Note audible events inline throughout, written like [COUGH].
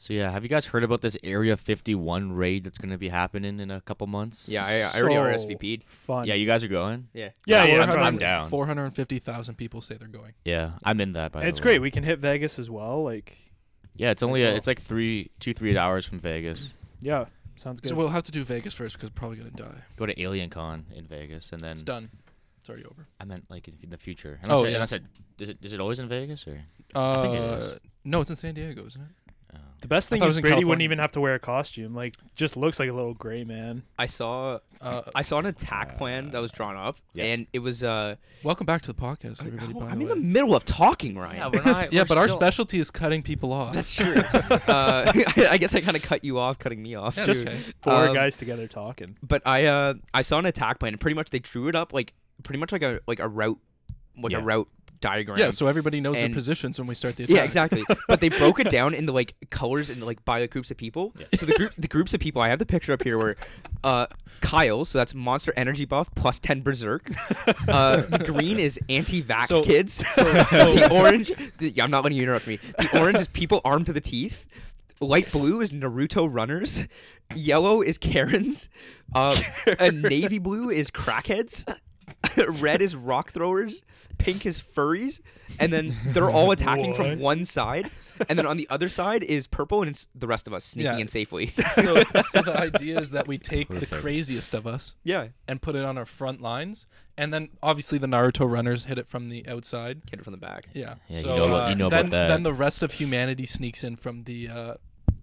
So yeah, have you guys heard about this Area 51 raid that's gonna be happening in a couple months? Yeah, I, I already So RSVP'd. Fun. Yeah, you guys are going. Yeah. Yeah, yeah, I'm, I'm- I'm down. 450,000 people say they're going. Yeah, I'm in that. By it's the way. great. We can hit Vegas as well. Like, Yeah, it's only uh That's all. it's like three, two, three hours from Vegas. yeah, sounds good. So we'll have to do Vegas first because probably going to die. Go to Alien Con in Vegas, and then It's done. It's already over. I meant like in f- the future. Unless Oh, it, yeah. unless it, is it is it always in Vegas or? Uh, think it is. No, it's in San Diego, isn't it? Oh. the best I thing thought it is was in Brady wouldn't California. even have to wear a costume. Like, just looks like a little gray man. I saw Uh, I saw an attack plan that was drawn up, Yeah. and it was uh. welcome back to the podcast, everybody. Oh, by I'm the in the way. middle of talking, Ryan. Yeah, we're not. [LAUGHS] yeah, we're but our still- specialty is cutting people off. That's true. [LAUGHS] uh, I guess I kind of cut you off, cutting me off. Yeah, Just okay. four Um, guys together talking. But I uh, I saw an attack plan, and pretty much they drew it up like pretty much like a like a route like Yeah. a route diagram. Yeah, so everybody knows And- their positions when we start the attack. Yeah, exactly. but they broke [LAUGHS] it down into like colors and like by like, groups of people. So the group, the groups of people. I have the picture up here where, uh, Kyle. So that's Monster Energy buff plus ten Berserk. Uh, [LAUGHS] the green is anti-vax So- kids. So, [LAUGHS] the so orange. The, yeah, I'm not letting you interrupt me. The orange is people armed to the teeth. Light blue is Naruto runners. Yellow is Karens. Uh, and navy blue is crackheads. [LAUGHS] Red is rock throwers. Pink is furries. And then they're all attacking What? from one side. And then on the other side is purple, and it's the rest of us sneaking Yeah. in safely. so, so the idea is that we take the Perfect. craziest of us [LAUGHS] yeah. and put it on our front lines, and then obviously the Naruto runners hit it from the outside. Hit it from the back. Yeah. Yeah, you so know about- uh, you know then, about that. then the rest of humanity sneaks in from the uh,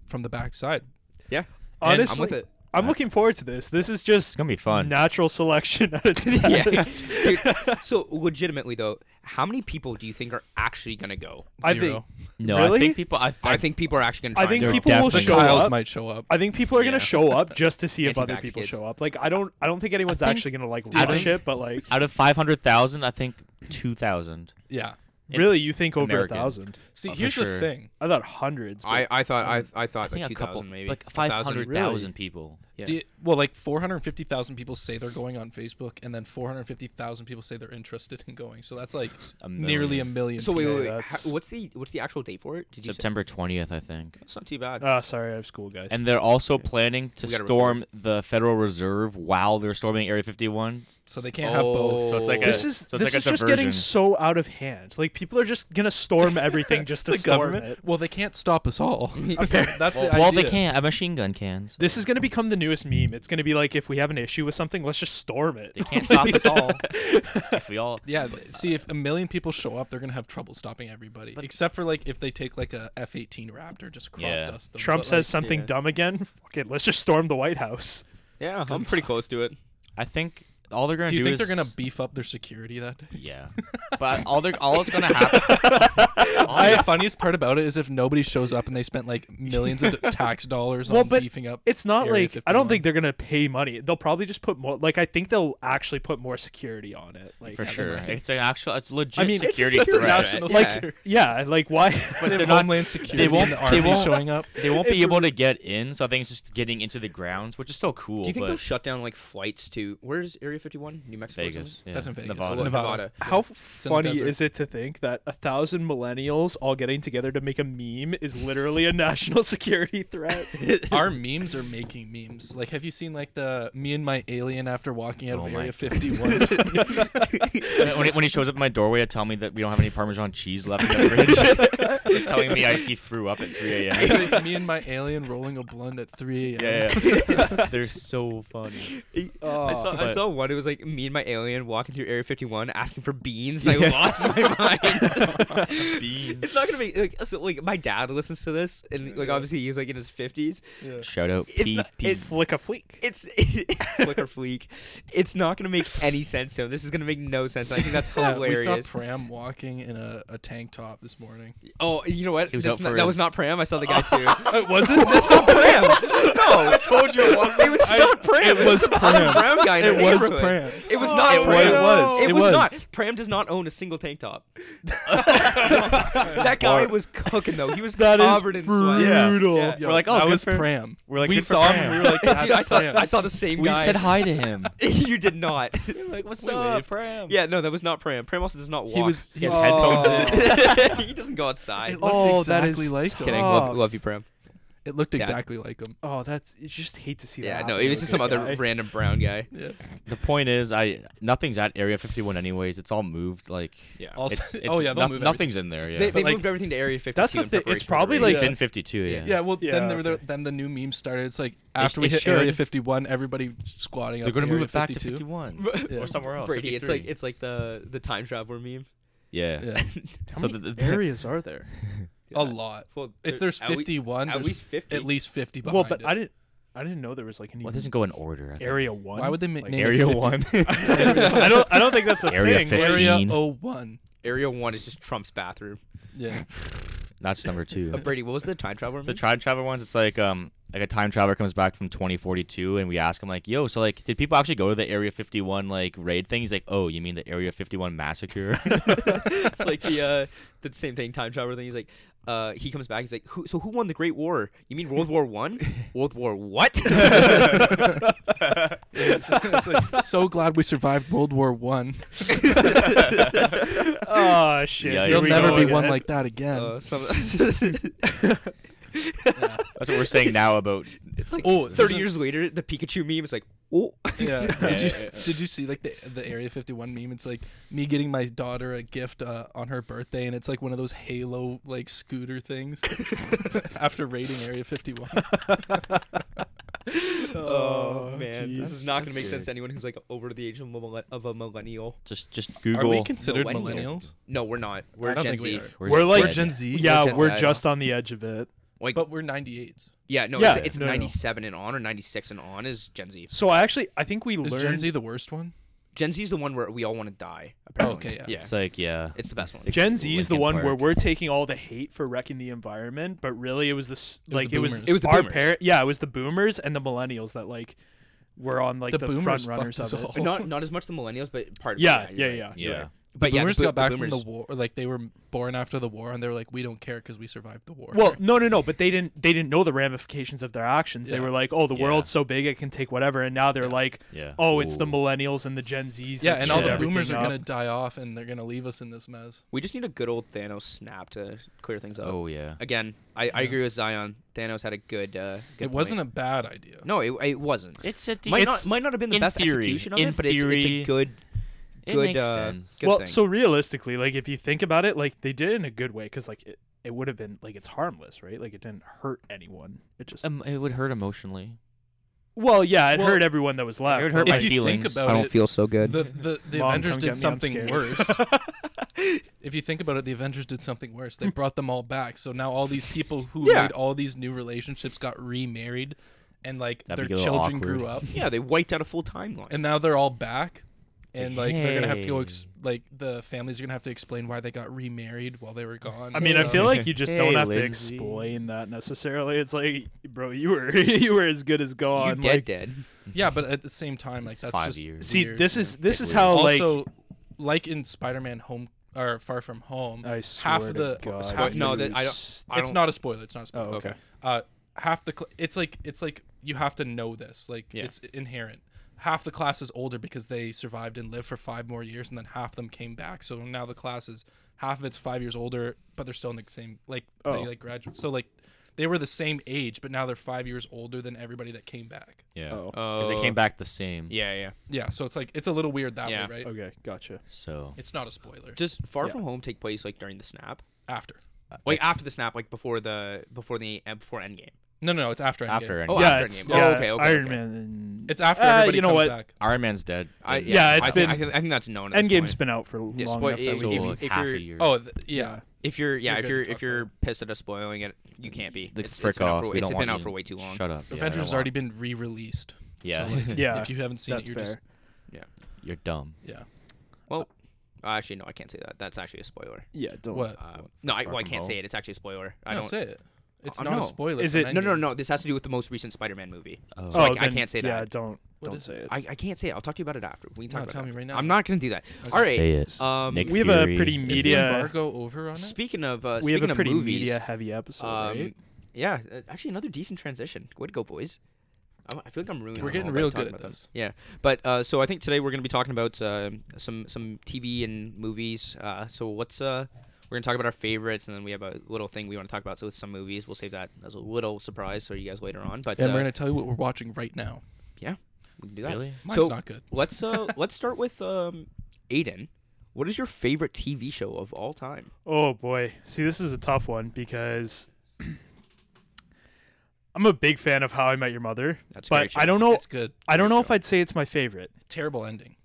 from the backside. Yeah. And Honestly, I'm with it. I'm looking forward to this. This is It's just gonna be fun. natural selection at [LAUGHS] its yeah. best. Dude, so legitimately though, how many people do you think are actually gonna go? I Zero. think No, I Really? think people. I, I think people are actually gonna. I try and think go. people will definitely the show Kyles up. might show up. I think people are Yeah. gonna show up just to see if other Anti-vax people kids. show up. Like I don't I don't think anyone's think- actually gonna like I leadership, think- but like out of five hundred thousand, I think two thousand. Yeah. it- really you think over American. a thousand. See, Oh, for here's sure. the thing. I thought hundreds. but- I, I thought I I thought I think like a two couple, thousand maybe like A thousand. five hundred thousand Really? people. Yeah. Do you- well, like 450,000 people say they're going on Facebook, and then 450,000 people say they're interested in going. So that's like A nearly a million. So wait people. wait, wait. that's- Ho- what's the what's the actual date for it? Did you say? September twentieth, I think. It's not too bad. Ah, sorry, I have school, guys. And they're also planning to We gotta storm the Federal Reserve while they're storming Area 51. So they can't have both. So it's like a- Oh. this is so it's like this a is just getting diversion. so out of hand. Like people are just [LAUGHS] gonna storm everything just to The storm government. it. Well, they can't stop us all. Apparently- that's the idea. Well, they can't. A machine gun can. so This is gonna become the newest meme. It's gonna be like if we have an issue with something, let's just storm it. They can't stop [LAUGHS] us all. if we all. Yeah, th- see, if a million people show up, they're gonna have trouble stopping everybody, except for like if they take like a F eighteen Raptor, just crop Yeah. dust them. Trump But, says like, something yeah. dumb again. [LAUGHS] Fuck it, let's just storm the White House. yeah, I'm pretty close to it. I think all they're gonna [LAUGHS] do do, you think is they're gonna beef up their security that day? Yeah, but all they're all it's gonna happen. all See, the funniest part about it is if nobody shows up and they spent like millions of d- tax dollars Well, on but beefing up. It's not Area like I don't 51. think they're gonna pay money. They'll probably just put more. Like I think they'll actually put more security on it. Like for I sure, mean, it's an actual, it's legit I mean, it's security It's a threat. national Like security. yeah, like why? [LAUGHS] But They they're have not. Homeland Security. won't- and the they army won't- showing up. They won't be it's able to get in, so I think it's just getting into the grounds, which is still cool. Do you think but they'll shut down like flights to where's Area 51? New Mexico. or Vegas? something? Yeah. That's in Vegas. Nevada. Nevada. Nevada. How in the funny desert. is it to think that a thousand millennials all getting together to make a meme is literally a [LAUGHS] national security threat? Our memes are making memes. Like, have you seen like the me and my alien after walking out Oh of my- [LAUGHS] Area [LAUGHS] 51? when, when he, when he shows up at my doorway to tell me that we don't have any Parmesan cheese left in the fridge, and telling me I, he threw up at 3 a.m. it's like me and my alien rolling a blunt at 3 a.m. Yeah, yeah. they're so funny. I saw I but- saw one. It was like me and my alien walking through Area 51 asking for beans, and I lost [LAUGHS] my mind. Beans. it's not gonna be like so. Like my dad listens to this, and like obviously he's like in his 50s. [LAUGHS] Shout out It's P. not- P. [LAUGHS] it's- Flick a fleek. It's [LAUGHS] flicker fleek. It's not gonna make any sense to him. This is gonna make no sense. I think [LAUGHS] that's [LAUGHS] Yeah, we hilarious. saw Pram walking in a, a tank top this morning. Oh, you know what? He was That's out not- for that his- was not Pram. I saw [LAUGHS] the guy too. was it? That's [LAUGHS] not Pram. No, [LAUGHS] I told you it wasn't. It was not Pram. It was Pram. Pram guy. In It the was neighborhood. Pram. It was not. It wa- Pram. it was. It It was was. not. Pram does not own a single tank top. that guy Or- was cooking though. He was That is covered in sweat. Yeah. brutal. Yeah. We're like, oh, that good was for- Pram. we're like, we good for saw Pram. him. We were like, [LAUGHS] Dude, I saw. Pram. I saw the same we guy. said hi to him. [LAUGHS] you did not. like, what's We up, waved. Pram? Yeah, no, that was not Pram. Pram also does not walk. he was. He has Oh. headphones in. headphones [LAUGHS] he doesn't go outside. It looked Oh, that exactly is- like Just him. Kidding. Oh. Love, love you, Pram. It looked Yeah. exactly like him. Oh, that's you just hate to see that. Yeah, no, happen it to was a just good some other guy. random brown guy. Yeah. The point is, I nothing's at Area 51 anyways. It's all moved. Like, Yeah. Also, it's, it's oh yeah, they'll noth- move everything. nothing's in there. Yeah, They, they like- moved everything to Area 52. That's the in thing, it's preparation for probably, the like- it's raid. in 52. Yeah. Yeah, well, then Yeah, there, okay. then the new meme started. It's like after we it hit should. Area 51, everybody squatting. They're going gonna to move it back to 52. 51 [LAUGHS] Yeah. or somewhere else. Brady. It's like 53. it's like the the time traveler meme. [LAUGHS] yeah. Yeah, How So many the- the- [LAUGHS] areas are there? a lot. Well, If there's at le- 51, at there's least 50. at least 50 behind Well, but it. I didn't. I didn't know there was like any [LAUGHS] Well, it doesn't go in order. I think. area one. Why would they ma- Like, name it Area 50? one. [LAUGHS] [LAUGHS] I don't. I don't think that's a Area thing. 50. Area 15. [LAUGHS] 01. Area one is just Trump's bathroom. Yeah. That's number two. Uh, Brady, what was the time [LAUGHS] traveler The meme? time traveler ones, it's like um like a time traveler comes back from 2042 and we ask him like, "Yo, so like did people actually go to the Area 51 like raid thing?" He's like, "Oh, you mean the Area 51 [LAUGHS] massacre?" [LAUGHS] it's like the [LAUGHS] uh, the same thing, time traveler thing. He's like, uh, he comes back. He's like, who, so who won the Great War? You mean World War [LAUGHS] One? World War what? It's, it's like, so glad we survived World War One. oh shit! Yeah, here you'll There'll we never go be again. one like that again. uh, some, That's what we're saying now about [LAUGHS] it's like Oh, there's thirty a- years later, the Pikachu meme. It's like, oh, [LAUGHS] yeah. [LAUGHS] Did Yeah, yeah, you did you see like the the Area 51 meme? It's like me getting my daughter a gift uh, on her birthday, and it's like one of those Halo like scooter things. [LAUGHS] After raiding Area 51, oh, Oh, man, geez. this is not gonna make That's sense to anyone who's like over the age of, millen- of a millennial. just just are Google. we considered Millennial. millennials? No, we're not. We're I don't Gen think Z. we are. We're like- We're Gen Gen Z. Z. Yeah, Gen we're Z, I just on the edge of it. Like, but we're 98s. yeah, no, Yeah, it's, it's no, no, no. 97 and on or 96 and on is Gen Z. So I actually, I think we Is learned. Gen Z the worst one? Gen Z is the one where we all want to die. Apparently. okay, yeah. It's like yeah. It's the best one. Gen Z is the Linkin one where Park. we're taking all the hate for wrecking the environment, but really it was this was like the it was boomers. It was the our boomers. parent. Yeah, it was the boomers and the millennials that like were on like The the, front boomers runners fucked of us it. all. Not not as much the millennials, but part. Yeah, of it, yeah, you're yeah. right. yeah. But the yeah, boomers the, bo- got back the boomers, from the war, like they were born after the war, and they were like, "We don't care because we survived the war." Well, no, no, no. But they didn't. They didn't know the ramifications of their actions. Yeah. They were like, "Oh, the Yeah. world's so big, it can take whatever." And now they're like, Yeah. "Oh, it's the Ooh. millennials and the Gen Zs." yeah, that and all screwed the everything boomers are up." gonna die off, and they're gonna leave us in this mess. We just need a good old Thanos snap to clear things up. Oh yeah. Again, I, I agree with Zion. Thanos had a good. Uh, good it wasn't a bad idea. No, it, it wasn't. It's a might not might not have been the in best theory- execution of in it, but it's, it's a theory, good. it good, makes uh, sense. good well, thing. so realistically, like if you think about it, like they did it in a good way because like it, it would have been like it's harmless, right? Like it didn't hurt anyone. It just Um, it would hurt emotionally. well, yeah, it well, hurt everyone that was left. would but, hurt if my you think feelings. about it, so good. the the, the Mom, Avengers come did get me, I'm something scared. worse. [LAUGHS] if you think about it, the Avengers did something worse. They brought them all back, so now all these people who Yeah. made all these new relationships got remarried, and like That'd be their a little children awkward. grew up, yeah, they wiped out a full timeline. and now they're all back, and like like, they're gonna have to go "Hey." ex- like the families are gonna have to explain why they got remarried while they were gone. I mean, I So- [LAUGHS] feel like you just Hey, don't have to Lindsay. explain that necessarily. It's like, bro, you were [LAUGHS] you were as good as you gone. dead, like, dead. yeah, but at the same time, like It's that's five just years. see, weird, this you know? is this is Weird. how like also like in Spider-Man Home or Far From Home. I half swear of to the- God, half no, you that- I don't- s- I it's don't- not a spoiler. It's not a spoiler. Oh, okay. uh, half the cl- it's like it's like you have to know this like Yeah. it's inherent half the class is older because they survived and lived for five more years and then half them came back so now the class is half of it's five years older but they're still in the same like Oh. they like graduates so like they were the same age but now they're five years older than everybody that came back Yeah. Oh, 'Cause they came back the same. Yeah, yeah. yeah so it's like it's a little weird that Yeah. way right okay, gotcha. So it's not a spoiler just Does Far Yeah. From Home take place like during the snap? after Like after the snap, like before the before the uh, before Endgame. no no no it's after Endgame. after Oh, Endgame. yeah, after it's, Endgame. Oh, yeah, okay, okay, Iron okay. Man. it's after Uh, everybody you know comes what? back Iron Man's dead. I, Yeah. Yeah, I it's think- been- I think, I think that's known. At this Endgame's point. been out for long Yeah, spoil- enough. yeah, that so we if can- you- like if half you're- a year. oh th- yeah If you're yeah, You're if good you're to talk if you're pissed at us spoiling it, you can't be. the It's- frick it's been out off. for- we it's don't been want out you- for way too long. Shut up. Yeah, I Avengers don't has want- already been re-released. Yeah. So [LAUGHS] like, Yeah, If you haven't seen it, that's you're just You're dumb. yeah. Well, uh, actually no, I can't say that. That's actually a spoiler. Yeah, don't. What? Uh, no, I, Far well, I From can't say Home? it. It's actually a spoiler. I no, don't. say it. It's Uh, not no. a spoiler. Is from it- No, no, Endgame. no. This has to do with the most recent Spider-Man movie. Oh. So I- I then- can't say Yeah, that. don't. What don't is say it? it. I, I can't say it. I'll talk to you about it after. We can No, talk about tell it me after. right now. I'm not gonna do that. Okay. All right. Say it. Um, Nick we have a Fury. pretty Is the media. embargo over on it? Speaking of uh, We have speaking a pretty of movies, media heavy episode. um, right? yeah, uh, actually another decent transition. Way to go, boys. I'm, I feel like I'm ruining. We're it getting all by real talking good at about this. Yeah, but uh, so I think today we're gonna be talking about um some some TV and movies. Uh, so what's uh We're gonna talk about our favorites, and then we have a little thing we want to talk about. So it's some movies. We'll save that as a little surprise for you guys later on. But And uh, we're gonna tell you what we're watching right now. we can do that. Really? Mine's So- not [LAUGHS] good. Let's uh let's start with um Aiden. What is your favorite TV show of all time? Oh boy. See, this is a tough one because [CLEARS THROAT] I'm a big fan of How I Met Your Mother, That's a but great show. I don't know. It's good. I don't know if show. I'd say it's my favorite. Terrible ending.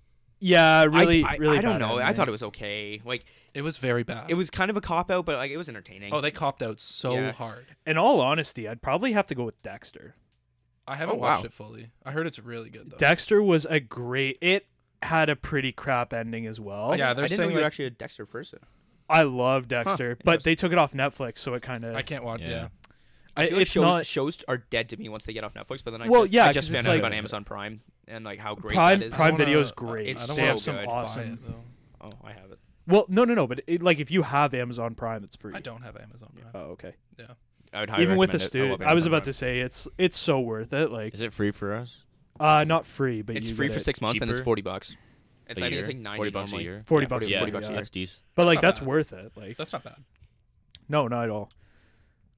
Yeah, I- really, I, really. I don't bad know. I ending. thought it was okay. Like It was very bad. it was kind of a cop out, but like it was entertaining. oh, they copped out so Yeah. hard. In all honesty, I'd probably have to go with Dexter. I haven't Oh, watched wow. it fully. I heard it's really good though. Dexter was a great. It had a pretty crap ending as well. Yeah, oh, I they're didn't saying know you were like- actually a Dexter person. I love Dexter, but interesting. they took it off Netflix, so it kind of. I can't watch. Yeah. Yeah. I feel like It's shows, not shows are dead to me once they get off Netflix. But then I Well, just, yeah, I just 'cause found it's out like- about Amazon Prime and like how great Prime. that is. I Prime wanna- Video is I- great. It's I they don't have wanna some good. buy awesome. it, though. Oh, I have it. Well, no, no, no, but it, like if you have Amazon Prime, it's free. I don't have Amazon Prime. Oh, okay. I would highly Even with a recommend it. I love student, I was Amazon about Prime. to say it's it's so worth it. Like, Is it free for us? uh, not free, but It's you free get for it. six months and it's cheaper? forty bucks. It's A I think it's year? like ninety 40 bucks a normally. year? 40 Yeah, bucks a yeah, 40 year, bucks a yeah. year. that's decent. But like not that's bad. worth it. Like, That's not bad. no, not at all.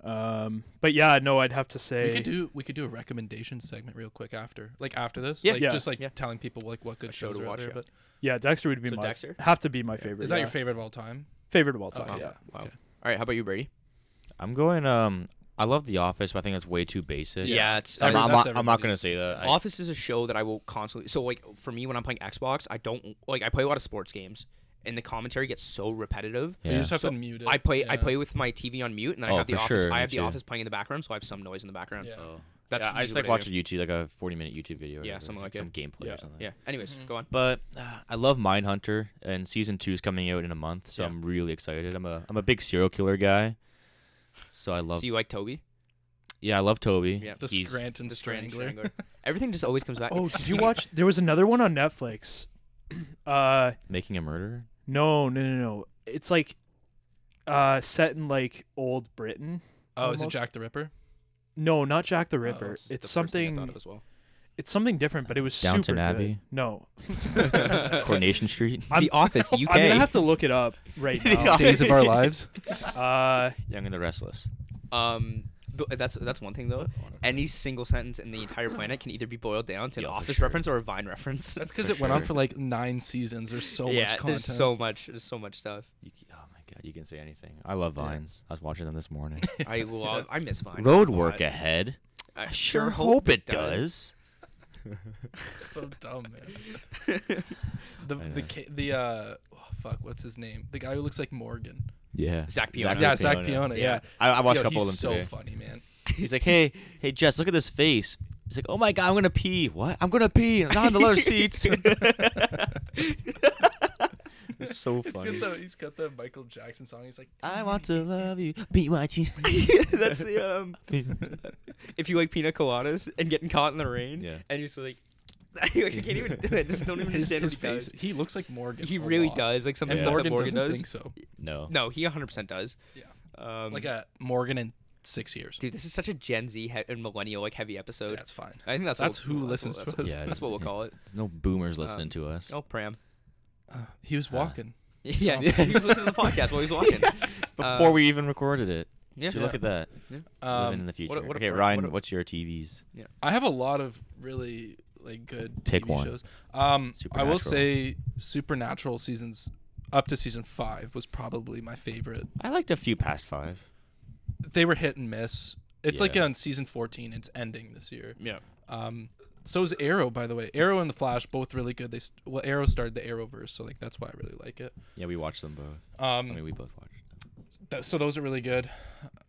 Um, but yeah, no, I'd have to say. We could do we could do a recommendation segment real quick after, like after this, Yeah. like Yeah. just like Yeah. telling people like what good A show shows to are out watch, there. yeah. But Yeah, Dexter would be So my Dexter? have to be my favorite. is that yeah. your favorite of all time? favorite of all time? Okay. Yeah. Oh, Wow. Okay. All right, how about you, Brady? I'm going. Um, I love The Office, but I think that's way too basic. Yeah, Yeah. it's I'm, Every- I'm that's not, I'm not everybody's. gonna say that. I, Office is a show that I will constantly. So like for me, when I'm playing Xbox, I don't like I play a lot of sports games, and the commentary gets so repetitive. yeah. You just have So to mute it. I play I yeah. play with my TV on mute, and then I Oh, have the for office. sure, I me have the too. office playing in the background, so I have some noise in the background. Yeah. Oh. That's yeah, I just usually like what I watch a YouTube like a 40 minute YouTube video. or Yeah, whatever, something like some gameplay Yeah. or something. Yeah. Anyways, go on. But uh, I love Mindhunter, and season two is coming out in a month, so Yeah. I'm really excited. I'm a I'm a big serial killer guy, so I love. So you like Toby? yeah, I love Toby. Yeah. the He's- Scranton The Strand Strangler. [LAUGHS] Everything just always comes back. Oh, did you watch? There was another one on Netflix. [CLEARS THROAT] Uh, making a murderer. no, no, no, no. It's like, uh, set in like old Britain. Oh, is it Almost. Jack the Ripper? No, not Jack the Ripper. it's The it's first thing I something. thought of as well. It's something different, but it was Downton super good. Abbey? No, Coronation Street. I'm- the Office [LAUGHS] UK. I'm gonna have to look it up right now. Days of Our Lives. uh, [LAUGHS] Young and the Restless. Um, th- that's that's one thing though. Any single sentence in the entire planet can either be boiled down to an Yeah, for office sure. reference or a Vine reference. [LAUGHS] [LAUGHS] That's because For it went on sure. for like nine seasons. There's so yeah, much content. there's so much, there's so much [LAUGHS] stuff. You, c- oh my god, you can say anything. I love vines. I was watching them this morning. I love, I miss Vine. Road a lot. work ahead. I Sure hope it does. [LAUGHS] so dumb, man. [LAUGHS] does. The I the know. ca- the uh oh, fuck, what's his name? The guy who looks like Morgan. Yeah. Zach Piona. Yeah, Zach Piona. Yeah, I, I watched Yo, a couple of them he's so today. funny, man. He's like, hey, hey, Jess, look at this face. He's like, oh my god, I'm gonna pee. What? I'm gonna pee. Not on the [LAUGHS] lower seats. [LAUGHS] it's so funny. [LAUGHS] He's got, the, he's got the Michael Jackson song. He's like, I want to love you. [LAUGHS] Be watching. [LAUGHS] that's [LAUGHS] the um. If you like pina coladas and getting caught in the rain, Yeah. and you're just like, [LAUGHS] like, I can't even. I just don't even [LAUGHS] his, understand his what he face. He looks like Morgan. Does. He a really lot. does. Like some of And the Yeah. stuff Morgan that Morgan doesn't does. think so. No. No, he 100% does. Yeah. Um, like a Morgan in six years. Dude, this is such a Gen Z he- and millennial like heavy episode. That's fine. I think that's That's what, who that's listens what, to that's, us. Yeah, That's what we'll yeah. [LAUGHS] call it. No boomers listening Um, to us. Oh, Pram. Uh, he was walking. Yeah, [LAUGHS] Yeah. he was listening to the podcast [LAUGHS] while he was walking. Before we even recorded it. yeah, Did you look Yeah. at that? Living in um, the future. what a okay, pro- Ryan, what a- what's your TVs? I have a lot of really like good Pick TV one. shows. Um, I Supernatural. will say Supernatural seasons up to season five was probably my favorite. I liked a few past five. They were hit and miss. It's like Yeah. on season fourteen. It's ending this year. yeah. Um, so is Arrow, by the way. Arrow and the Flash both really good. They st- well, Arrow started the Arrowverse, so like that's why I really like it. Yeah, we watched them both. Um, I mean, we both watched them. th- so those are really good.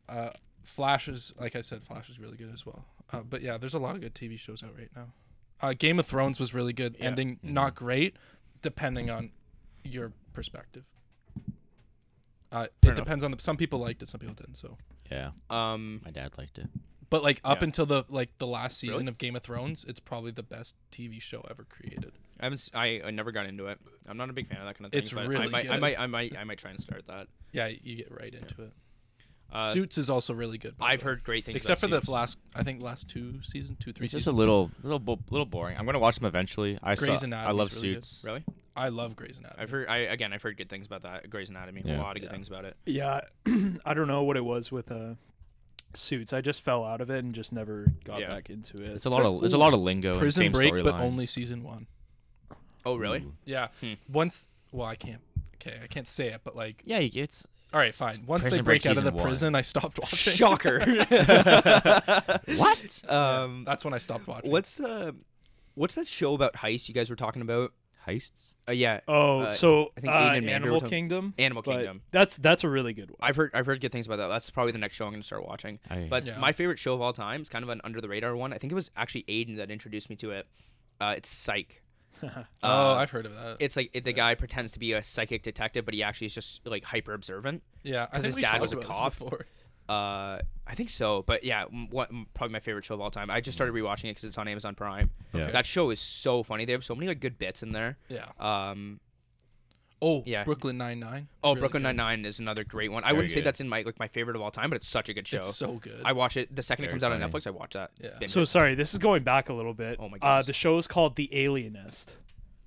Uh, Flash is, like I said, Flash is really good as well. Uh, but yeah, there's a lot of good TV shows out right now. Uh, Game of Thrones was really good. Ending Mm-hmm. not great, depending on your perspective. Uh, it enough. depends on the. Some people liked it, some people didn't. So, Yeah, Um, my dad liked it. but like up Yeah. until the like the last season Really? of Game of Thrones, it's probably the best TV show ever created. I haven't. s- I, I never got into it. I'm not a big fan of that kind of thing. It's but I really might, I good. might. I might. I might try and start that. Yeah, you get right into it. Uh, Suits is also really good. by the I've way. heard great things. except for about the Suits. last. I think last two seasons, two three. It's just a seasons. little, little, bo- little boring. I'm gonna watch them eventually. I Grey's saw, I Anatomy love is really good. Suits. Really? I love Grey's Anatomy. I've heard. I again, I've heard good things about that. Grey's Anatomy. Yeah. A lot of good Yeah. things about it. Yeah, [CLEARS THROAT] I don't know what it was with uh, suits. I just fell out of it and just never got Yeah. back into it. It's a lot of it's a lot of lingo. Prison and same Break, but storylines. only season one. Oh really? [LAUGHS] Ooh. Yeah. Hmm. Once, well, I can't. Okay, I can't say it, but like, Yeah, you- it's all right, it's fine. Once they Prison break out of season the one. prison, I stopped [LAUGHS] watching. Shocker. What? um, That's when I stopped watching. what's uh, what's that show about heist you guys were talking about? Heists? Uh, yeah, Oh, Uh, so I think uh, Aiden and Mandy were Animal talking- Kingdom. Animal but Kingdom. That's that's a really good one. I've heard I've heard good things about that. That's probably the next show I'm going to start watching. I- But Yeah. my favorite show of all time is kind of an under the radar one. I think it was actually Aiden that introduced me to it. Uh, it's Psych. oh, Uh, I've heard of that. It's like it, the guy pretends to be a psychic detective, but he actually is just like hyper observant. yeah, I 'cause think his we dad talked was a about this cop. before. Uh, I think so. But yeah, m- what m- probably my favorite show of all time. I just started rewatching it because it's on Amazon Prime. Yeah. That show is so funny. They have so many like good bits in there. Yeah. Um, Oh, Yeah. Brooklyn Nine Nine. oh, Brooklyn Nine Nine is another great one. I Very wouldn't say good. that's in my like my favorite of all time, but it's such a good show. It's so good. I watch it the second it Very comes out on funny. Netflix. I watch that. Yeah. binge so [LAUGHS] it. sorry, this is going back a little bit. Oh my Uh, goodness. the show is called The Alienist.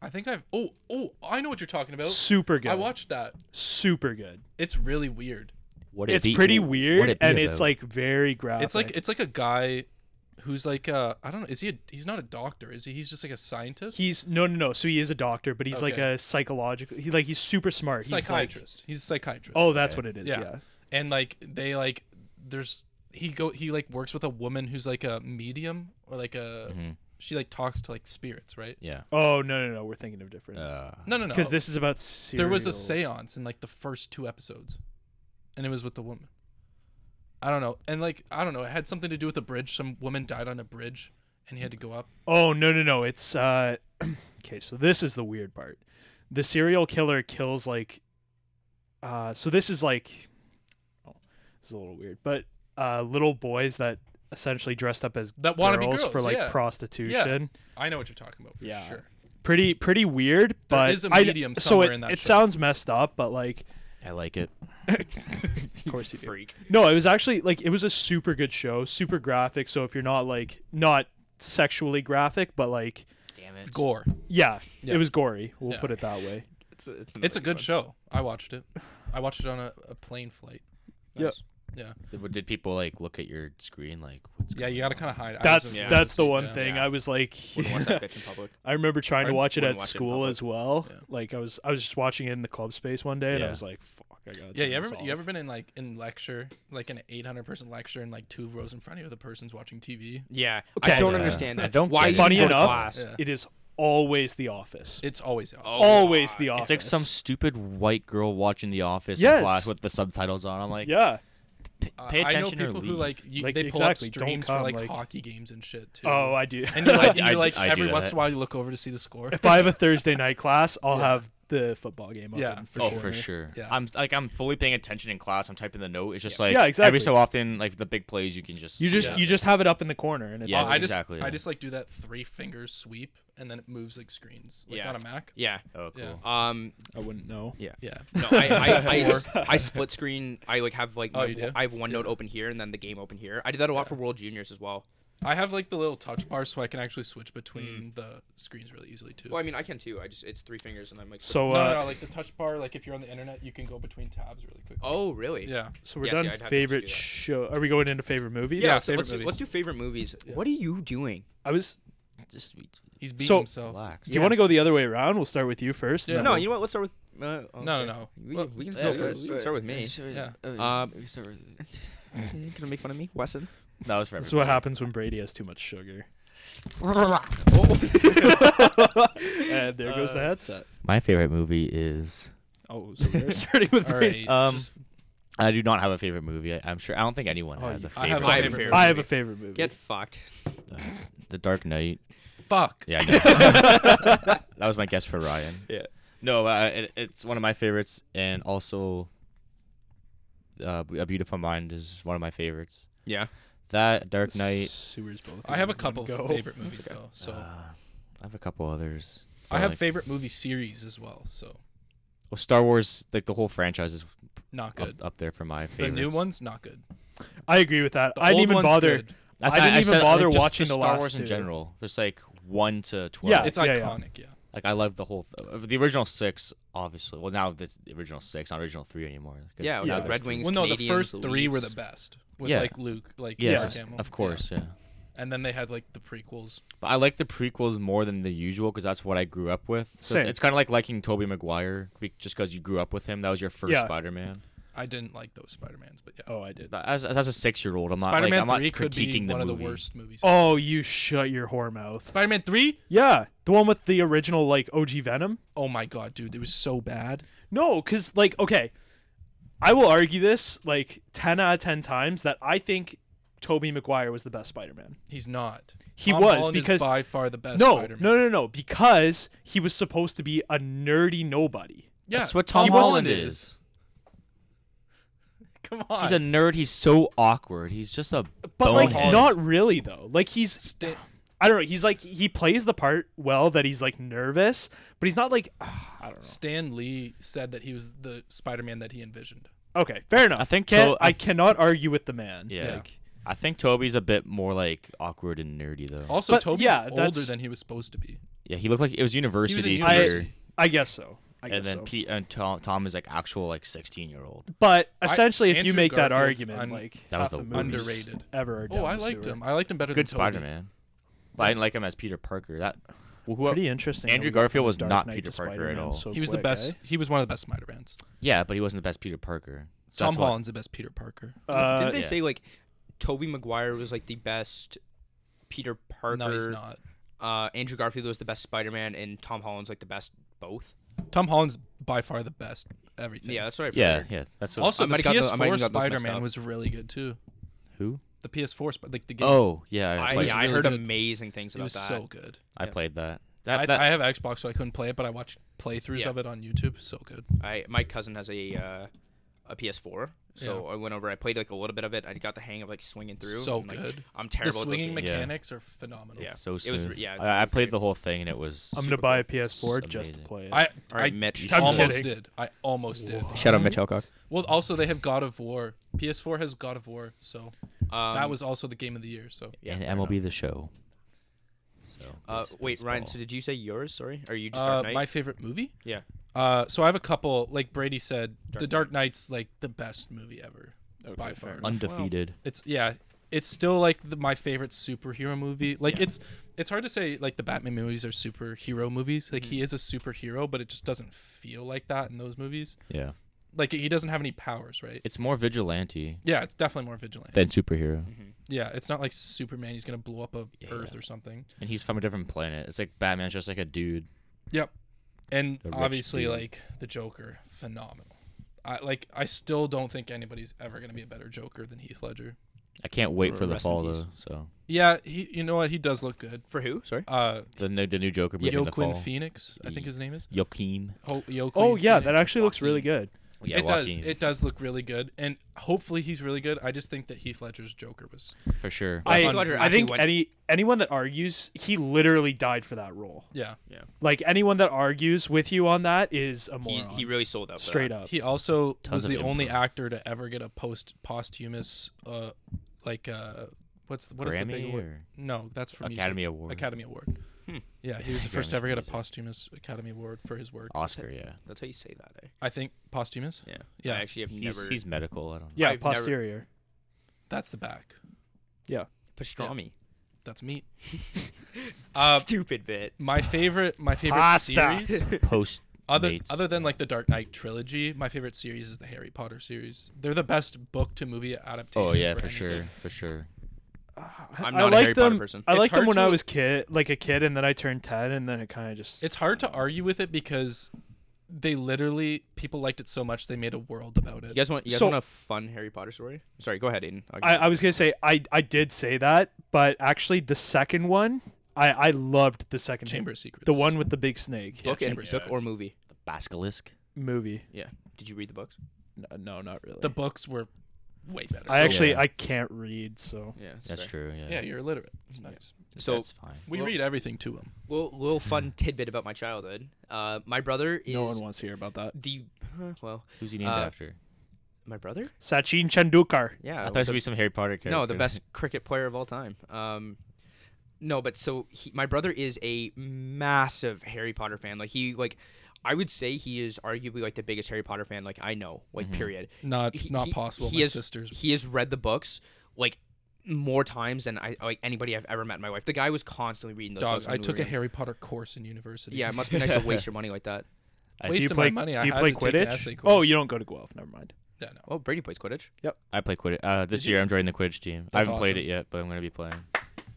I think I've. Oh, oh, I know what you're talking about. Super good. I watched that. Super good. It's really weird. What It's pretty weird and it's like very graphic. It's like it's like a guy who's like uh I don't know. Is he? A, he's not a doctor, is he? He's just like a scientist. he's no no no. So he is a doctor, but he's like Okay. a psychological. He like he's super smart. He's like- psychiatrist. He's a psychiatrist. oh, that's what it is. yeah. Yeah. And like they like there's he go he like works with a woman who's like a medium or like a Mm-hmm. she like talks to like spirits, right? Mm-hmm. yeah. Oh no no no. We're thinking of different. Uh, No, no, no. because this is about there was a serial- séance in like the first two episodes. And it was with the woman. I don't know. And like I don't know, it had something to do with a bridge. Some woman died on a bridge and he had to go up. Oh no no no! It's uh, [CLEARS THROAT] okay. So this is the weird part. The serial killer kills like, uh, so this is like, oh, this is a little weird, but uh, little boys that essentially dressed up as That wannabe girls, girls, for like yeah. prostitution. I know what you're talking about for Yeah. sure. Pretty pretty weird, but is a I- medium so somewhere it, in that it show. sounds messed up, but like, I like it. of course [LAUGHS] you do. freak. No, it was actually like it was a super good show, super graphic. So if you're not like not sexually graphic, but like Damn it. Gore. yeah, Yeah. it was gory. We'll Yeah. put it that way. It's a, it's, It's a good show. I watched it. I watched it on a, a plane flight. Yeah. Yeah. Did, did people like look at your screen like? What's Yeah, you gotta kinda hide. I was That's in- Yeah. that's the yeah. one thing Yeah. I was like. [LAUGHS] [LAUGHS] Wouldn't watch [LAUGHS] that bitch in public. I remember trying I to watch it wouldn't at watch it in school public. as well. Yeah. Like I was I was just watching it in the club space one day, and I Yeah. was like, "Fuck, I got." Yeah, you ever you ever been in like in lecture, like an 800 person lecture, and like two rows in front of you, the person's watching TV. Yeah, I Okay. don't Yeah. understand I that. don't Why get you it. Funny go to enough, class? Yeah. it is always The Office. It's always on. Oh, always God. The Office. It's like some stupid white girl watching The Office Yes. in class with the subtitles on. I'm like, yeah. p- Uh, pay attention I know people or who leave. like, you, Like, they pull exactly, up don't streams for come, like, like- hockey games and shit too. Oh, I do. [LAUGHS] and you're like, I- and you're, like I do every once that. in a while you look over to see the score. [LAUGHS] if I have a Thursday night class, I'll Yeah. have the football game. on Yeah. for oh, sure. for sure. Yeah. I'm like I'm fully paying attention in class. I'm typing the note. It's just like Yeah, exactly. every so often, like the big plays, you can just You just Yeah. you just have it up in the corner, and it's Yeah, Oh, [LAUGHS] I just exactly, I yeah. just like do that three finger sweep, and then it moves like screens, like Yeah. on a Mac. Yeah. Oh, cool. Yeah. Um. I wouldn't know. Yeah, No, I I, I, s- I split screen. I like have like Oh, my- you do? I have one note open here and then the game open here. I did that a lot for World Juniors as well. I have like the little touch bar, so I can actually switch between the screens really easily too. Well, I mean, I can too. I just it's three fingers and I'm like. So uh, no, no, no, like the touch bar, like if you're on the internet, you can go between tabs really quick. oh really? Yeah, so we're Yeah, see, done. I'd have to just do favorite that. show? Are we going into favorite movies? Yeah, so favorite let's do, movie. let's do favorite movies. What are you doing? I was. just we- he's beating So- himself. relax. Do you want to go the other way around? We'll start with you first. and Yeah. then No, we'll- you know what? Let's start with. Uh, No, no, okay. no. We, Well, we can Yeah, go yeah, first. You can start with me. [LAUGHS] Yeah. Uh, Um, that You're gonna make fun of me, Wesson. was forever. This is what happens when Brady has too much [LAUGHS] sugar. and there goes Uh, the headset. My favorite movie is. Oh, so we're [LAUGHS] starting with [LAUGHS] All Brady. right. Um, just- I do not have a favorite movie. I, I'm sure. I don't think anyone Oh, has you- a favorite. I have I a have a favorite. favorite. movie. I have a favorite movie. Get fucked. the Dark Knight. Fuck. Yeah, I know. [LAUGHS] that was my guess for Ryan. Yeah. No, uh, it, it's one of my favorites, and also, uh, A Beautiful Mind is one of my favorites. Yeah. That Dark Knight. Sewers both. I have a in one couple go. favorite movies though. Uh, So I have a couple others. I have Like- favorite movie series as well. So well, Star Wars. Like the whole franchise is not up, good. up there for my The Oh, favorites. new one's not good. I agree with that. The I didn't old even one's bother. good. That's- I didn't even said, bother just- watching just the Star last Wars in two. general. There's like one to twelve. Yeah. It's yeah. iconic. Yeah. Like I love the whole th- uh, the original six, obviously. Well, now the the original six, not original three anymore. 'cause Yeah, now yeah, there's Red three. Wings. Well, no, the Canadians, first three were the Leafs. best with Yeah. like Luke, like Yeah, Mark of- Hamill. of course, yeah. Yeah. And then they had like the prequels. But I like the prequels more than the usual because that's what I grew up with. So it's- Same. It's kind of like liking Tobey Maguire be- just because you grew up with him. That was your first Yeah. Spider-Man. I didn't like those Spider Mans, but yeah. Oh, I did. But As, as as a six-year-old, I'm not Spider like Man I'm Three not could be critiquing one the of movie. the worst movies. Oh, you shut your whore mouth. Spider Man Three? Yeah, the one with the original like OG Venom. Oh my god, dude, it was so bad. No, because like okay, I will argue this like ten out of ten times that I think Tobey Maguire was the best Spider-Man. He's not. He Tom was, Holland is because- by far the best. No, Spider-Man. no, no, no, because he was supposed to be a nerdy nobody. Yeah, That's what Tom Holland is. [LAUGHS] Come on. He's a nerd. He's so awkward. He's just a But like, bonehead. not really though. Like he's, Sta- I don't know. He's like he plays the part well that he's like nervous, but he's not like [SIGHS] ah, I don't Stan Lee said that he was the Spider Man that he envisioned. know. Okay, fair enough. I think Can't, so- I, I- cannot argue with the man. Yeah. Like, I think Toby's a bit more like awkward and nerdy though. Also, But, Toby's yeah, older that's- than he was supposed to be. Yeah, he looked like it was He was in university. university. career, I guess so. I guess and then so. Pete and Tom, Tom is like actual like 16-year-old. But essentially, if you Andrew make that Garfield's argument, un- like That was half the movies underrated. ever. are Oh, down I the liked sewer. him. I liked him better Good than Toby. Spider-Man. But I didn't like him as Peter Parker. That well, who Pretty interesting. Oh, Andrew that we went from Garfield was Dark not Knight Peter to Parker at Spider-Man all. so He was the quick, best. eh? He was one of the best Spider Mans. Yeah, but he wasn't the best Peter Parker. So Tom that's why- Holland's the best Peter Parker. Uh, Didn't they yeah. say like Toby Maguire was like the best Peter Parker? No, he's not. Uh, Andrew Garfield was the best Spider Man, and Tom Holland's like the best both. Tom Holland's by far the best everything. Yeah, that's right. Yeah, yeah. That's what, Also, I the might've got the- I might've PS4 got those mixed Spider Man up. was really good too. who? The PS4, Sp- like the game. Oh, yeah. I, I, played, yeah, really I heard good. amazing things it about was that. so good. I played that. That, I, that I have Xbox, so I couldn't play it, but I watched playthroughs Yeah. of it on YouTube. So good. I my cousin has a uh, a PS4, so I went over. I played like a little bit of it. I got the hang of like swinging through. So and, like, good. I'm The terrible. swinging at those games. Yeah. mechanics are phenomenal. Yeah. so It smooth. was- yeah, it I, I was played great. the whole thing and it was. I'm super gonna buy a cool. PS4 It's just to amazing. play it. I, All right, I Mitch. I'm almost kidding. did. I almost did. Shout out Mitch Alcock. Well, also they have God of War. PS4 has God of War, so Um, that was also the game of the year. So Yeah, and fair MLB the show. So. Uh, base- wait, Ryan. baseball. So did you say yours? Sorry, are you just uh, Dark Knight? my favorite movie. Yeah. Uh, so I have a couple. Like Brady said, Dark The Dark Knight's like the best movie ever by far. undefeated. It's yeah, it's still like the, my favorite superhero movie. Like it's it's hard to say like the Batman movies are superhero movies. Like Mm-hmm. he is a superhero, but it just doesn't feel like that in those movies. Yeah. Like he doesn't have any powers, right? It's more vigilante yeah, it's definitely more vigilant. than superhero. Mm-hmm. yeah, it's not like Superman. He's gonna blow up a Yeah. Earth or something. And he's from a different planet. It's like Batman's just like a dude. Yep. And The rich obviously, dude. like the Joker, phenomenal. I like. I still don't think anybody's ever gonna be a better Joker than Heath Ledger. I can't wait for the Rest in fall peace. though. So Yeah, he. You know what? He does look good. For who? Sorry. Uh, the new, the new Joker movie in the fall. Joaquin Phoenix, I think his name is. Joaquin. Ho- Joaquin Oh yeah, that Phoenix. actually looks really good. Yeah, it does. Joaquin, It does look really good, and hopefully he's really good. I just think that Heath Ledger's Joker was. for sure. I, Heath Ledger I actually think went- any anyone that argues he literally died for that role. Yeah. Like anyone that argues with you on that is a He, moron. he really sold out. for straight that. up. He also was Tons of the only improv. actor to ever get a post posthumous, uh, like uh, what's the, what is the big Grammy award? or No, that's for music. Academy Award, Academy Award. Hmm. Yeah, he was the Grammys first to ever for get a music. posthumous Academy Award for his work. Oscar. Yeah. That's how you say that. Eh? I think posthumous. Yeah. Yeah. I actually have He's, never. he's medical. I don't know. yeah, I've never- posterior. That's the back. pastrami. [LAUGHS] That's meat. Uh, Stupid bit. my favorite, my favorite Pasta. [LAUGHS] series, [LAUGHS] Post. other mates. other than like the Dark Knight trilogy, my favorite series is the Harry Potter series. They're the best book to movie adaptation. Oh yeah, for anything. sure, for sure. I'm not I a liked Harry Potter them- person. I It's liked them hard when I to- was kid, like a kid, and then I turned ten, and then it kind of just. It's hard to argue with it because they literally people liked it so much they made a world about You it. guys want? You guys So- want a fun Harry Potter story? Sorry. Go ahead, Aiden. I can- I, I was gonna say I I did say that, but actually the second one, I I loved the second Chamber one, of Secrets. the one with the big snake Yeah, book and Chamber of book or Secrets. movie? The basilisk. movie. Yeah. Did you read the books? No, no, not really. The books were way better. I actually Yeah. I can't read, so Yeah. That's, That's fair. true. Yeah. yeah, you're illiterate. It's nice. So that's fine. We Well- read everything to him. Little, little fun tidbit about my childhood. Uh, my brother is no one wants to hear about that. the huh, well, Who's he named uh, after? my brher. Sachin Chandukar. Yeah, I thought it uh, the- would be some Harry Potter character. no, the best cricket player of all time. Um, No, but so he, my brother is a massive Harry Potter fan. Like he like I would say he is arguably like the biggest Harry Potter fan like I know. Mm-hmm. Like period. Not He- not he- possible. he My has- sister's He has read the books like more times than I like anybody I've ever met in my life. The guy was constantly reading those dog. books. I when we took were a young. Harry Potter course in university. Yeah, it must be nice to [LAUGHS] waste your money like that. I, do you wasted play my money. I Do you had play to take an Quidditch? essay Oh, quiz. you don't go to Guelph. Never mind. Yeah, no. Oh, Brady plays Quidditch. I play Quidditch. Uh, this year I'm joining the Quidditch team. I That's haven't played it awesome. yet, but I'm gonna be playing.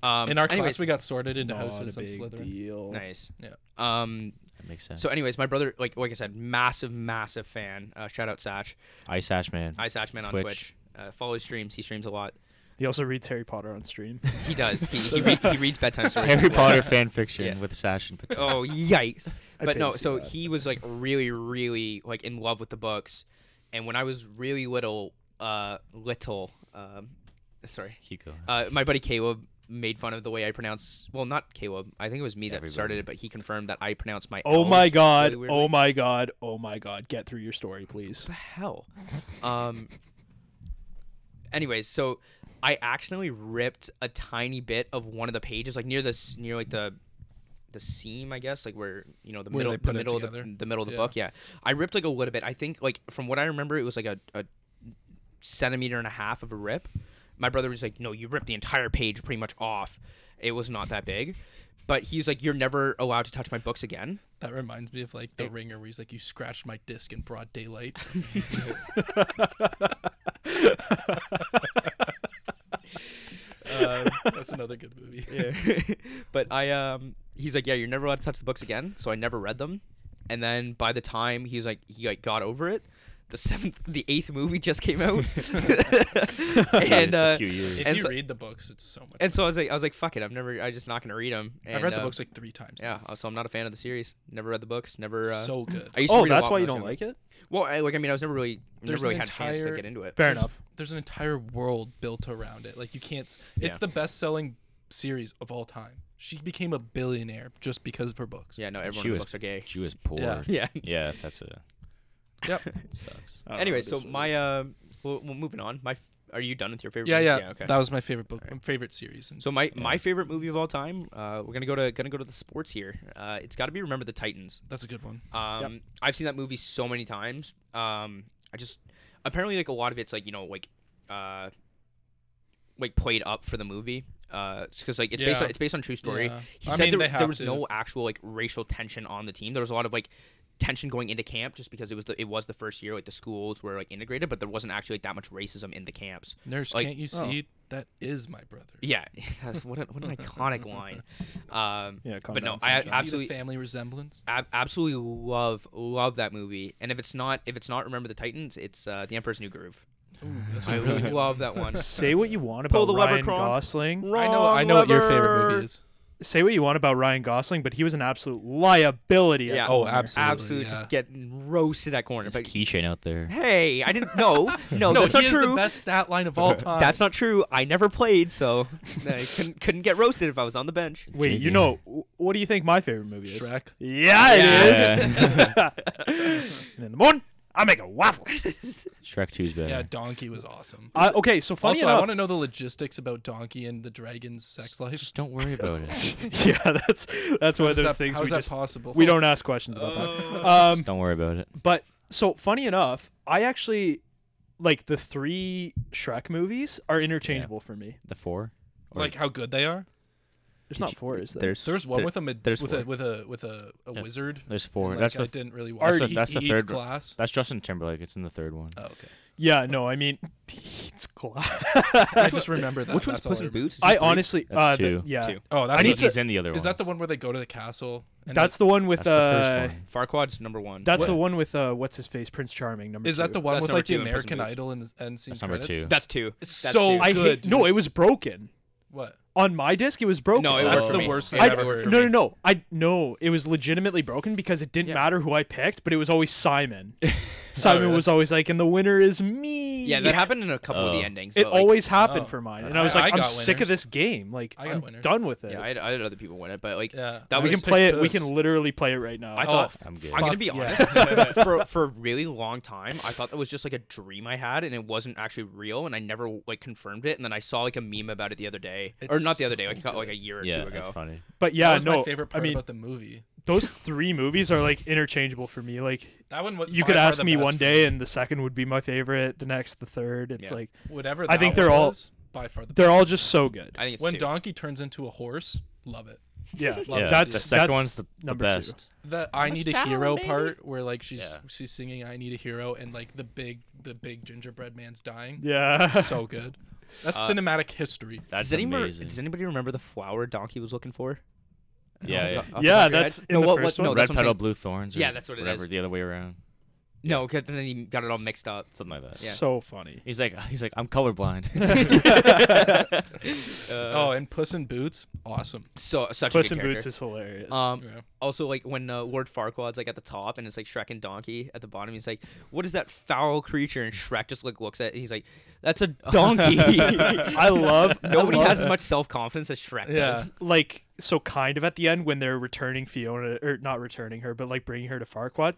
Um, In our anyways, class, we got sorted into Not houses. a I'm big Slytherin. deal. nice. Yeah. Um, That makes sense. so, anyways, my brother, like like I said, massive, massive fan. Uh, shout out Satch, Ice Ash man. I Satchman on Twitch. Twitch. Uh, follow his streams. He streams a lot. He also reads Harry Potter on stream. Oh He does. He [LAUGHS] he, read, he reads bedtime [LAUGHS] stories. Harry Potter fan fiction Yeah. with Sash and Patel. Oh yikes! I'd But pay no, to see so that. he was like really, really like in love with the books, and when I was really little, uh, little, um, sorry, Keep going. uh, my buddy Caleb made fun of the way I pronounce. Well, not Caleb. I think it was me that Everybody. started it, but he confirmed that I pronounce my. Oh Ls my god. really weirdly. oh my god. Oh my god. Get through your story, please. the hell? Um. Anyways, so I accidentally ripped a tiny bit of one of the pages, like near this, near like the, the seam, I guess, like where you know the Where middle, they the put it middle of together. the, the middle of the Yeah. book. Yeah, I ripped like a little bit. I think like from what I remember, it was like a, a centimeter and a half of a rip. My brother was like, "No, you ripped the entire page pretty much off. It was not that big." But he's like, "You're never allowed to touch my books again." That reminds me of like the ringer where he's like, You scratched my disc in [LAUGHS] broad daylight. Uh, that's another good movie. [LAUGHS] but I um he's like, Yeah, you're never allowed to touch the books again, so I never read them. And then by the time he's like he like got over it, the seventh the eighth movie just came [LAUGHS] out. [LAUGHS] and it's a uh, few years. If And you so- read the books, it's so much. and so I was like I was like, fuck it, I'm never I just not gonna read them. I've read the books like three times. Yeah, now. uh, so I'm not a fan of the series. Never read the books. Never. Uh, so good. I used to Oh, read a that's lot when why I was you don't younger. like it? Well, I, like I mean, I was never really, There's never really an had a chance to entire- get into it. Fair There's- enough. There's an entire world built around it. Like you can't. s- It's Yeah. the best-selling series of all time. She became a billionaire just because of her books. Yeah, no, everyone she in the was- books are [LAUGHS] gay. She was poor. Yeah. Yeah. Yeah, that's a. Yep. [LAUGHS] It sucks. I don't know anyway, what so Oh, this my was. uh, well, well, moving on. My, f- are you done with your favorite? Yeah, movie? yeah. Okay. That was my favorite book, my favorite series. And So my, my favorite movie of all time, uh, we're gonna go to gonna go to the sports here. Uh, it's got to be Remember the Titans. that's a good one. Um, I've seen that movie so many times. Um, I just apparently like a lot of it's like you know like uh, like played up for the movie. Uh, because like it's based Yeah. on it's based on true story. Yeah. He I said mean, there, they there have was to. no actual like racial tension on the team. There was a lot of like tension going into camp just because it was the it was the first year like the schools were like integrated, but there wasn't actually like that much racism in the camps. Nurse, like- can't you see? That is my brother. Yeah, [LAUGHS] that's, what, a, what an iconic [LAUGHS] line. Um, Yeah, calm but no, down, I You see absolutely the family resemblance. ab- absolutely love love that movie. And if it's not if it's not Remember the Titans, it's uh, The Emperor's New Groove. That's I a really [LAUGHS] good love that one. Say what you want [LAUGHS] Pull about the lever, Ryan Kron. Gosling. I know. I know what your favorite movie is. Say what you want about Ryan Gosling, but he was an absolute liability. at Yeah. Oh, corner. absolutely. Absolutely, yeah. just getting roasted at corner. There's a But keychain out there. hey, I didn't. [LAUGHS] No, no, No, that's not he is the true. best stat line of all time. That's not true. I never played, [LAUGHS] so [LAUGHS] I couldn't couldn't get roasted if I was on the bench. Wait, you Jiggy. know wh- what do you think my favorite movie is? Shrek. Yeah, Yeah. it [LAUGHS] is. [LAUGHS] and in the morning, I make a waffle. Shrek 2's better. Yeah, Donkey was awesome. Uh, okay, so funny also, I enough, want to know the logistics about Donkey and the dragon's sex life. Just don't [LAUGHS] worry about it. [LAUGHS] yeah, that's that's one of How is those that- things how we is that just possible? Oh. we don't ask questions about that. Um, Just don't worry about it. but so funny enough, I actually like the three Shrek movies are interchangeable for me. The four. Or- like how good they are. There's not four, is there? There's There's one there- with a mid- there's with four. a with a with a, a wizard. There's four. Like, that's I the didn't really watch. that's the- he, that's the he eats third one. glass. that's Justin Timberlake. It's in the third one. Oh, okay. Yeah, no, I mean it's [LAUGHS] class. I just remember that. Which one's that's all Puss I in remember. Boots? Is I it three? honestly That's uh, the- two. yeah. Two. Oh, I that's need the, to- He's in the other one. Is that the one where they go to the castle? and That's the one with That's the uh, first one. Farquaad's number one. That's the What? one with uh, what's his face, Prince Charming. Number Is that two. the one That's with number like the two in Puss in American Boots. Idol and the end scene That's number credits? two. that's two. That's so two. I good, hate, dude. no, it was broken What? on my disc. It was broken. No, it That's worked for the me. worst It thing I've worked ever for heard. No, me. no, no. I no. It was legitimately broken because it didn't Yeah. matter who I picked, but it was always Simon. Simon Sorry, was always like, and the winner is me. Yeah, that happened in a couple of the Oh. endings. It but, like, always happened Oh, for mine, and that's- I was I- like, I I am got sick of winners. this game. Like, I got I'm winners. done with it. Yeah, I had, I had other people win it, but like Yeah, that I we was can just play picked it. We this. can literally play it right now. I thought. I'm good. I'm gonna fuck be yeah. [LAUGHS] honest. for for a really long time, I thought that was just like a dream I had, and it wasn't actually real, and I never like confirmed it. And then I saw like a meme about it the other day, or It's not the other so day, like I got like good. a year or yeah, two that's ago. funny. but that yeah, was no. my favorite part I mean, about the movie. [LAUGHS] those three movies are like interchangeable for me. Like, That one was. you by could far ask the me best one for day, and the second would be my favorite. The next, the third. It's Yeah. like Whatever. I That think one they're all- was, by far the. they're best. all just so good. I think it's When two. donkey turns into a horse, love it. [LAUGHS] Yeah, Love yeah, it. that's the second that's one's the, the number best. two. The I need a Stalin, hero baby. part where like she's Yeah. she's singing I need a hero and like the big the big gingerbread [LAUGHS] man's dying. Yeah, [LAUGHS] So good. That's Uh, cinematic history. That's does, anybody, amazing. does anybody remember the flower donkey was looking for? yeah, yeah. Off the top Yeah, of your that's head? in no, the what, first what, no, one. Red that's what I'm petal, saying. blue thorns. Or Yeah, that's what it whatever, is. The other way around, No, 'cause then he got it all mixed up. something like that. Yeah. so funny. He's like, [LAUGHS] he's like, I'm colorblind. [LAUGHS] uh, oh, and Puss in Boots, awesome. So such Puss a in good Boots character. is hilarious. Um, Yeah. also like when uh, Lord Farquaad's like at the top and it's like Shrek and Donkey at the bottom. He's like, "What is that foul creature?" And Shrek just like looks at. It, he's like, "That's a donkey." [LAUGHS] [LAUGHS] I love [LAUGHS] I Nobody love- has as much self confidence as Shrek Yeah. does. like so kind of at the end when they're returning Fiona or not returning her, but like bringing her to Farquad,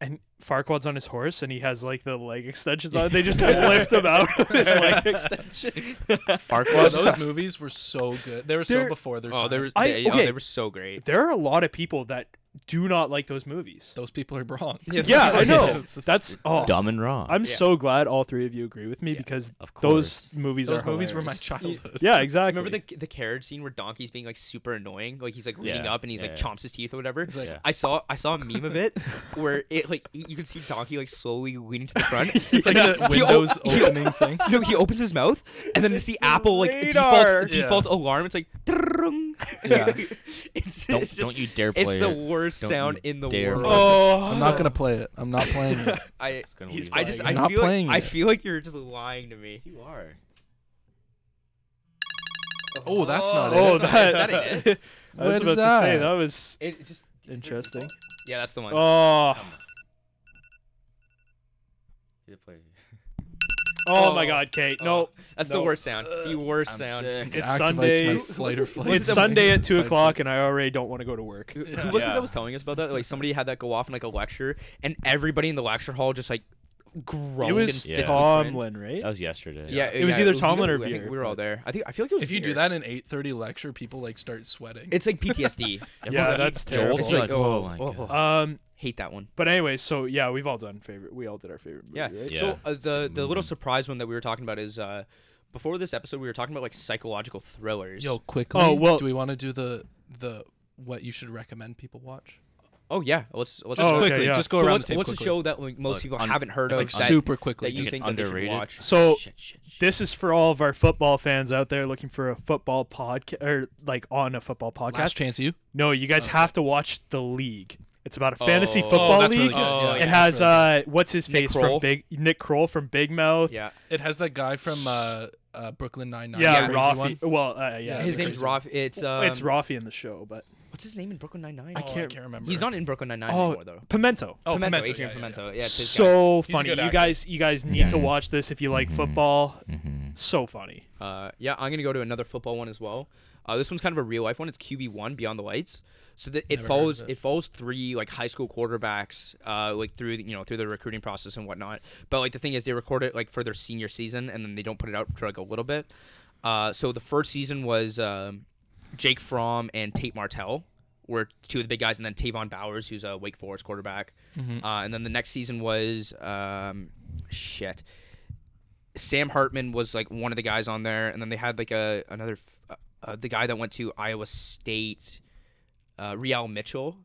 and Farquad's on his horse and he has like the leg extensions on. They [LAUGHS] just lift him out of his leg extensions. Wow, Farquaad. those movies were so good. They were so They're- before their time. Oh, they were I- they, oh, okay. they were so great. There are a lot of people that do not like those movies. Those people are wrong. [LAUGHS] Yeah, I know. It's just- That's oh, dumb and wrong. I'm Yeah. so glad all three of you agree with me because Of those course. movies Those are movies were my hilarious. childhood. Yeah, exactly. [LAUGHS] Remember [LAUGHS] the the carriage scene where Donkey's being like super annoying, like he's like reading Yeah, up and he's like yeah, yeah. chomps his teeth or whatever. like- Yeah. I saw I saw a meme of it [LAUGHS] where it like y- you can see Donkey like slowly leaning to the [LAUGHS] front. It's like And a he- he o- Windows he o- opening thing. No, he opens his mouth, and then it's [LAUGHS] the Apple like radar. default default alarm. It's like, "Drrrrung." Yeah. [LAUGHS] it's, Don't, it's just, don't you dare play It's the it. worst Don't sound you in the dare world. play it. Oh. I'm not gonna play it. I'm not playing [LAUGHS] it. I, gonna he's leave I it. just You're I not feel like, playing I it. feel like you're just lying to me. you are. Oh, that's not [LAUGHS] Oh, it. that, that ain't it. [LAUGHS] I What was is about to say that? that was It just interesting. Yeah, that's the one. Oh, oh my Oh. God, Kate! Oh, No, that's the no. worst sound. The worst sound. It's Activates Sunday. My flight or flight. [LAUGHS] it's the- Sunday at two Fight or o'clock, and I already don't want to go to work. Who who was it Yeah. that was telling us about that? Like somebody had that go off in like a lecture, and everybody in the lecture hall just like groaned It was Yeah. and physically cringed. Tomlin, right? That was yesterday. Yeah, It was either we Tomlin were- or I think Veer, We were all there. I think I feel like it was. If you do Veer. that in 8:30 lecture, people like start sweating. it's like [LAUGHS] PTSD. yeah, that's Joel, terrible. It's It's like, like, oh, oh my oh, God. oh. Um, hate that one. but anyway, so yeah, we've all done favorite. We all did our favorite movie, Yeah. right? Yeah. So uh, the the little surprise one that we were talking about is uh, before this episode we were talking about like psychological thrillers. Yo, quickly. Oh, well- do we want to do the the what you should recommend people watch? Oh yeah. Let's let's. Just Oh, okay, quickly. yeah. Just So go around what's, the table. what's a show that like, most Like, people un- haven't heard of like that, super quickly? that you Like think an that they should underrated? watch? Oh. So Shit, shit, shit. this is for all of our football fans out there looking for a football podcast or like on a football podcast. Last chance, you. No, you guys have to watch The League. It's about a fantasy Oh. football Oh, that's really league. good. Oh, yeah, it It that's has really uh, what's his Nick face Kroll. from Big Nick Kroll from Big Mouth. Yeah. good. it has that guy from uh, uh, Brooklyn Nine Nine. yeah, Yeah, Rafi. Well, uh, yeah, Yeah, His the name's crazy Roth. It's um, it's Rafi in the show, but What's his name in Brooklyn Nine Nine? Oh, I can't, remember. He's not in Brooklyn Nine Nine Oh, anymore though. Pimento. Oh, Pimento, Pimento, Adrian yeah, yeah, Pimento. Yeah, it's his guy. so He's a funny. good You actor. guys, you guys need to watch this if you like football. So funny. Uh, yeah, I'm gonna go to another football one as well. Uh, this one's kind of a real life one. It's QB one Beyond the Lights. So that it Never heard of follows it. it follows three like high school quarterbacks, uh, like through the- you know through the recruiting process and whatnot. But like the thing is, they record it like for their senior season, and then they don't put it out for like a little bit. Uh, so the first season was um, Jake Fromm and Tate Martell were two of the big guys, and then Tavon Bowers, who's a Wake Forest quarterback. Mm-hmm. Uh, and then the next season was um, shit. Sam Hartman was like one of the guys on there, and then they had like a another f- uh, the guy that went to Iowa State, uh, Rial Mitchell,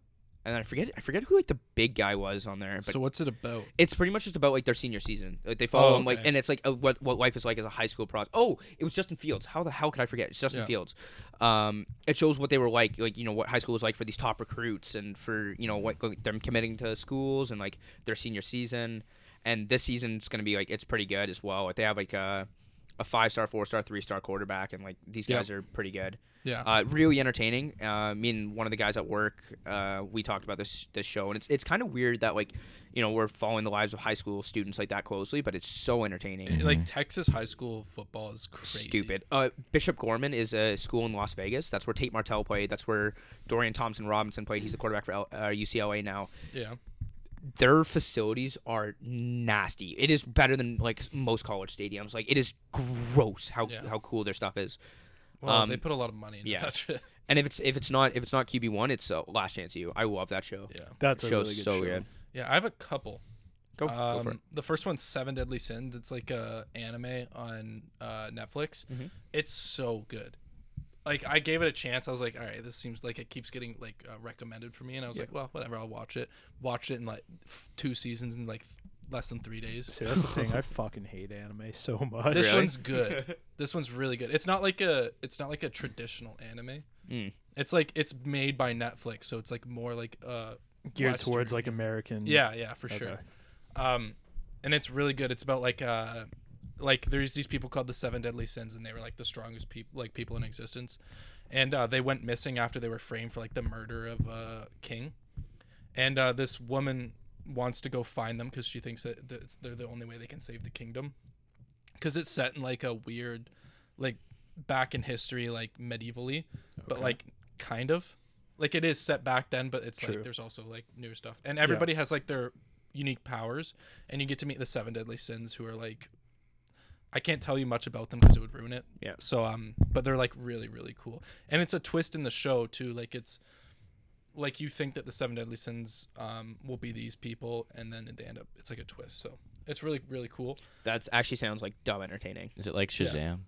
and then I forget I forget who like the big guy was on there, but So what's it about? it's pretty much just about like their senior season. Like they follow Oh, them, like, okay. and it's like uh what what life is like as a high school process. Oh, it was Justin Fields. How the hell could I forget? It's Justin Yeah. Fields. Um, it shows what they were like, like you know what high school was like for these top recruits and for you know what like, them committing to schools and like their senior season. And this season's gonna be like it's pretty good as well. Like they have like uh a five star, four star, three star quarterback, and like these Yeah. guys are pretty good. Yeah. Uh, really entertaining. Uh, me and one of the guys at work, uh, we talked about this this show, and it's it's kind of weird that like, you know, we're following the lives of high school students like that closely, but it's so entertaining. like Texas high school football is crazy. Mm-hmm. Stupid. Uh, Bishop Gorman is a school in Las Vegas. That's where Tate Martell played. That's where Dorian Thompson Robinson played. He's the quarterback for L- uh, UCLA now. Yeah. Their facilities are nasty. It is better than like most college stadiums. Like it is gross how Yeah. how cool their stuff is. Well, Um, they put a lot of money into yeah. that [LAUGHS] shit. And if it's if it's not if it's not QB one, it's uh, Last Chance U. I love that show. Yeah. That's a Show's really good so show. good. Yeah, I have a couple. Oh, Go, um, go for it. The first one's Seven Deadly Sins. It's like a anime on uh, Netflix. Mm-hmm. It's so good. Like I gave it a chance. I was like, all right, this seems like it keeps getting like uh, recommended for me, and I was like, well, whatever, I'll watch it. Watched it in like f- two seasons in like th- less than three days. See, that's the thing. [LAUGHS] I fucking hate anime so much. This Really? one's good. this one's really good. It's not like a it's not like a traditional anime. Mm. It's like it's made by Netflix, so it's like more like uh [LAUGHS] geared Western. towards like American. Yeah, yeah, for Okay. sure. Um and it's really good. It's about like uh like there's these people called the seven deadly sins and they were like the strongest people like people in existence. And uh they went missing after they were framed for like the murder of uh king. And uh this woman wants to go find them cuz she thinks that that it's- they're the only way they can save the kingdom because it's set in like a weird like back in history like medievally but like kind of like it is set back then but it's True. like there's also like newer stuff and everybody has like their unique powers and you get to meet the seven deadly sins who are like i can't tell you much about them because it would ruin it Yeah. so um but they're like really really cool and it's a twist in the show too like it's like you think that the seven deadly sins um will be these people and then they end up it's like a twist so it's really really cool That actually sounds like dumb entertaining. Is it like Shazam?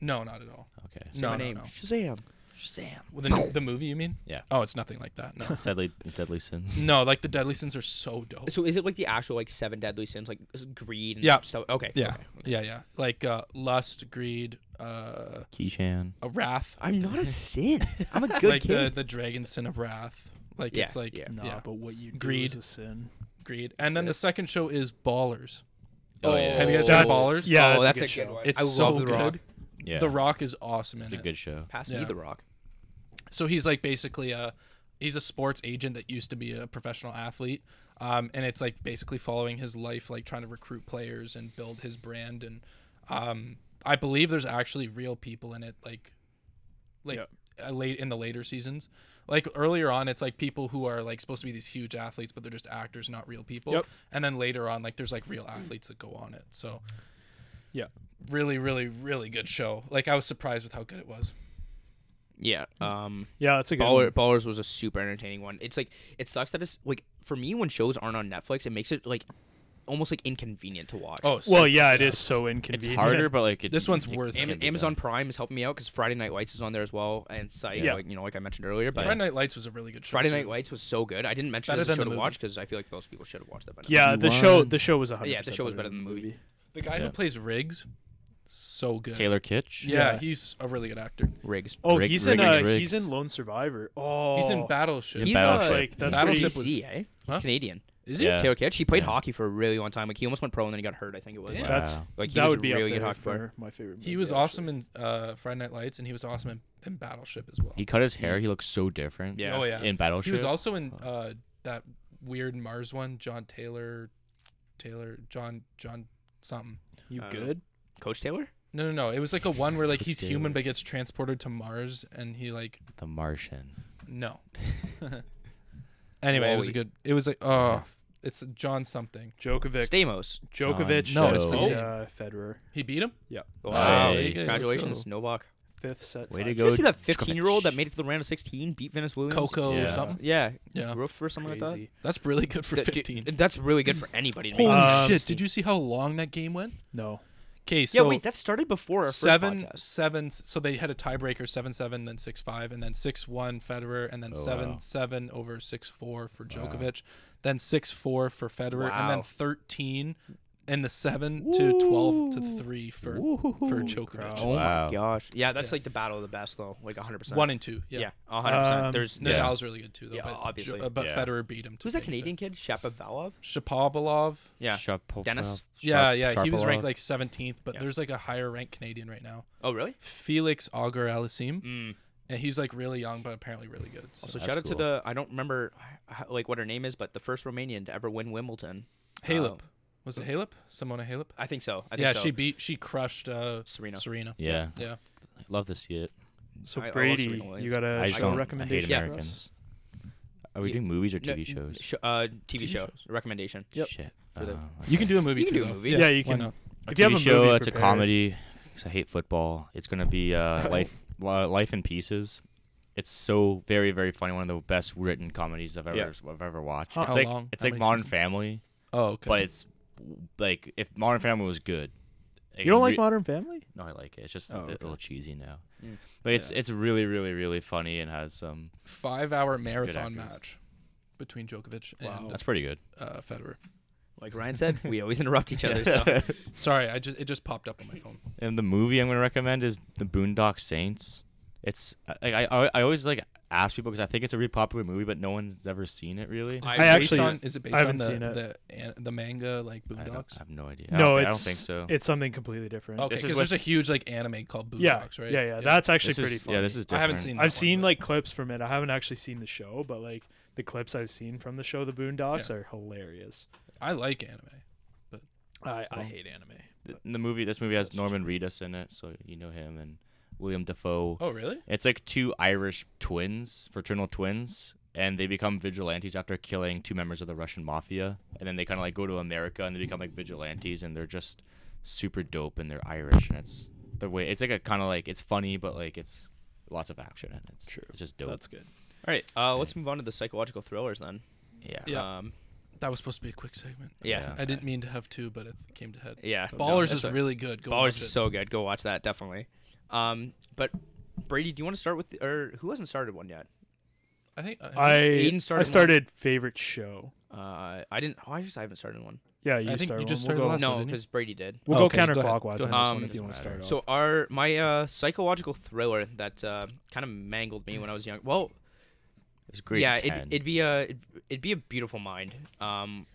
no not at all Okay. no, my no, name. no. Shazam. Shazam. Well, the, the movie, you mean? Yeah. Oh, it's nothing like [LAUGHS] that. No. Sadly, Deadly Sins. no, like the Deadly Sins are so dope. So is it like the actual like seven deadly sins, like s- greed? And Yeah. Stuff? Okay. Yeah. okay. Yeah, yeah. Like uh, lust, greed, uh, Keyshan. a wrath. I'm not a sin. I'm [LAUGHS] a good like kid. the the dragon sin of wrath. Like Yeah, it's like yeah. yeah. Nah, but what you do Greed. is a sin. greed. And then it. the second show is Ballers. Oh, Oh, yeah. Have you guys yeah. heard That's- of Ballers? yeah. oh, that's, that's a a, good, good show. one. It's I so love The good. Rock. Yeah. The Rock is awesome in It's a it. good show. Pass me Yeah. The Rock. so he's like basically a he's a sports agent that used to be a professional athlete um, and it's like basically following his life like trying to recruit players and build his brand and um, i believe there's actually real people in it like like uh, late in the later seasons like earlier on it's like people who are like supposed to be these huge athletes but they're just actors not real people Yep. and then later on like there's like real athletes that go on it so Yeah. really really really good show like i was surprised with how good it was Yeah. Um. Yeah, that's a good. Baller, one. Ballers was a super entertaining one. It's like it sucks that it's like for me when shows aren't on Netflix, it makes it like almost like inconvenient to watch. oh Well, yeah, it is so inconvenient. It's [LAUGHS] harder, but like it, this one's it worth can it. be Am- done. Amazon Prime is helping me out because Friday Night Lights is on there as well, and Sight, Yeah. like you know, like I mentioned earlier. But Friday Night Lights was a really good show. Friday too. Night Lights was so good. I didn't mention it Better as a than show to the movie. watch because I feel like most people should have watched that. By now. Yeah, the show the show was a hundred. Yeah, the show was better than the movie. The guy Yeah. who plays Riggs, so good. Taylor Kitsch. Yeah, Yeah. he's a really good actor. Riggs. Oh, Rig- he's in uh, Riggins he's Riggs. in Lone Survivor. Oh, He's in Battleship. He's uh, Battleship. a like that's Battleship pretty- was- DC, eh? He's Huh? Canadian. Is he? Yeah. Taylor Kitsch. He played Yeah. hockey for a really long time. Like he almost went pro and then he got hurt. I think it was. Damn. Like, That's Wow. like, he that was would a be really up good there hockey player. for my favorite. He movie, was actually. awesome in uh, Friday Night Lights, and he was awesome in, in Battleship as well. He cut his hair. He looks so different. Yeah. Oh yeah. In Battleship. Oh. he was also in uh, that weird Mars one, John Taylor, Taylor, John, John something. You I don't know. good? Coach Taylor. No, no, no. It was like a one where like he's Taylor. human but gets transported to Mars, and he like the Martian. [LAUGHS] no. anyway, it was a Wall-E. good. It was like oh, it's John something. Djokovic. Stamos. Djokovic. No, and, it's the name. uh, Federer. He beat him. Wow. Nice. Congratulations, Novak. Fifth set. Way to tie. go. Did you see that Djokovic. 15 year old that made it to the round of 16, beat Venus Williams? Coco or Yeah. something. Yeah. Yeah, Roof or something like that. Crazy. that's really good for Th- dude, 15. that's really good for anybody. To make Holy it. Um, shit! Did you see how long that game went? No. Okay, yeah, so wait, that started before our first seven, podcast. seven. So they had a tiebreaker, seven, seven, then six, five, and then six, one Federer, and then Oh, seven, wow. seven over six, four for Djokovic, then six, four for Federer, Wow. and then 13, and the seven to twelve to three for for Djokovic. crow. Wow. Oh Gosh, yeah, that's Yeah. like the battle of the best though, like 100. percent One and two. Yeah. yeah, 100. percent Um, There's Yeah. Nadal's really good too, though. Yeah, but, obviously. Jo- uh, but Yeah. Federer beat him. To who's that take the- Canadian kid? Shapovalov. Shapovalov. Yeah. Shapovalov. Dennis? Yeah, Shar- yeah. He was Sharapova. ranked like 17th, but Yeah. there's like a higher ranked Canadian right now. Oh really? Felix Auger Aliassime, Mm. and he's like really young, but apparently really good. So. Also, that's shout out to cool. the I don't remember h- like what her name is, but the first Romanian to ever win Wimbledon. Halep. Uh, was it Halep? Simona Halep. I think so. I think yeah, so. she beat. She crushed uh, Serena. Serena. Yeah. Yeah. I'd love to see it. So I- I love Serena Brady, Williams. you got Uh, a I just show don't. I recommendation? Yeah. hate for Americans. us? Are we Yeah. doing movies or No, TV shows? Sh- uh, TV, TV show shows. recommendation. Shit. For the- Uh, You can do a movie You can too. do a though. movie. Yeah, you why can. not? a If you have TV a show, movie it's a prepared- comedy. 'cause I hate football. It's gonna be [LAUGHS] uh, life, Li- life in pieces. It's so very, very funny. One of the best written comedies I've ever Yeah. I've ever watched. Huh. How It's like long? it's How like many Modern seasons? Family, Oh, okay. but it's like if Modern Family was good. You don't like re- Modern Family? No, I like it. It's just Oh, a, bit, okay. a little cheesy now. Mm. But it's it's really, really, really funny and has um, some. five-hour good actors. marathon match between Djokovic Oh. Wow. and That's pretty good. uh, Federer. Like [LAUGHS] Ryan said, we always interrupt each other. [LAUGHS] So Sorry, I just it just popped up on my phone. And the movie I'm going to recommend is The Boondock Saints. It's like I I, I always like ask people because I think it's a really popular movie, but no one's ever seen it really. Is I it based actually- on, is it based I on haven't the seen the, an- the manga like I, don't, Boondocks? I have no idea. I No, don't thi- it's I don't think so. It's something completely different. Okay, This is because what- there's a huge like anime called Boondocks, yeah, right? yeah, yeah. That's actually This is- pretty funny. Yeah, this is I different. haven't seen. that I've one, seen but- like clips from it. I haven't actually seen the show, but like the clips I've seen from the show, The Boondocks, Yeah. are hilarious. I like anime. I, I Well, hate anime. Th- The movie, this movie has That's Norman Reedus in it, so you know him and William Defoe. Oh really? It's like two Irish twins, fraternal twins, and they become vigilantes after killing two members of the Russian mafia. And then they kind of like go to America and they become like vigilantes, and they're just super dope and they're Irish. And it's the way it's like a kind of like it's funny, but like it's lots of action and it's True. it's just dope. That's good. all right, uh, let's move on to the psychological thrillers then. yeah. Yeah. Um, That was supposed to be a quick segment. yeah. I didn't mean to have two, but it came to head. Yeah. Ballers No, is that's a- really good. Go Ballers watch it. is so good. Go watch that definitely. Um, but Brady, do you want to start with or who hasn't started one yet? I think I I, Aiden I started one. started favorite show. Uh, I didn't. Oh, I just I haven't started one. Yeah, you think you start just one. started We'll go, last one, no, didn't you? because Brady did. we'll Oh, go okay, go ahead. counterclockwise Go on ahead. this Um, one if you doesn't want to start off. So our my uh, psychological thriller that uh, kind of mangled me when I was young. Well, It's great. yeah, ten. it'd, it'd be a it'd, it'd be a beautiful mind. Um,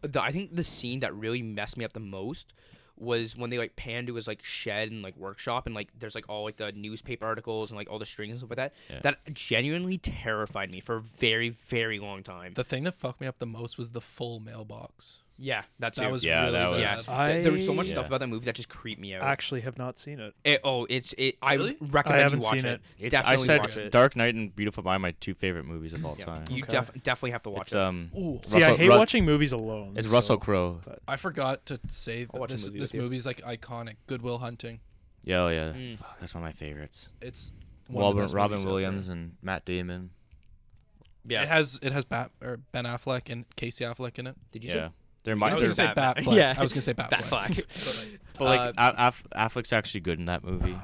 the, I think the scene that really messed me up the most was when they like panned to his like shed and like workshop and like there's like all like the newspaper articles and like all the strings and stuff like that. Yeah. That genuinely terrified me for a very very long time. the thing that fucked me up the most was the full mailbox. yeah, that's That was Yeah, really that was- yeah. bad. th- there was so much I- stuff Yeah. about that movie that just creeped me out. actually have not seen it. It- oh, it's it. I Really? recommend I you haven't watch seen it. It's- Definitely I said watch it. Dark Knight and Beautiful Mind, my two favorite movies of all Yeah, time. You Okay. def- definitely have to watch It's it. um. Ooh, See, I Russell- hate Ru- watching movies alone. It's so- Russell Crowe. I forgot to say I'll that watch a this movie this with you. movie's like iconic. Goodwill Hunting. Yeah, oh, yeah. Mm. Fuck, that's one of my favorites. It's one of the Robin, best Robin movies out there. Williams and Matt Damon. Yeah. It has it has Bat or Ben Affleck and Casey Affleck in it. Did you Yeah, say they're I my. was they're- gonna say Batman. Batfleck. [LAUGHS] Yeah. I was gonna say Batfleck. Bat Fleck? But, [LAUGHS] like, But like Uh, A- Aff- Affleck's actually good in that movie.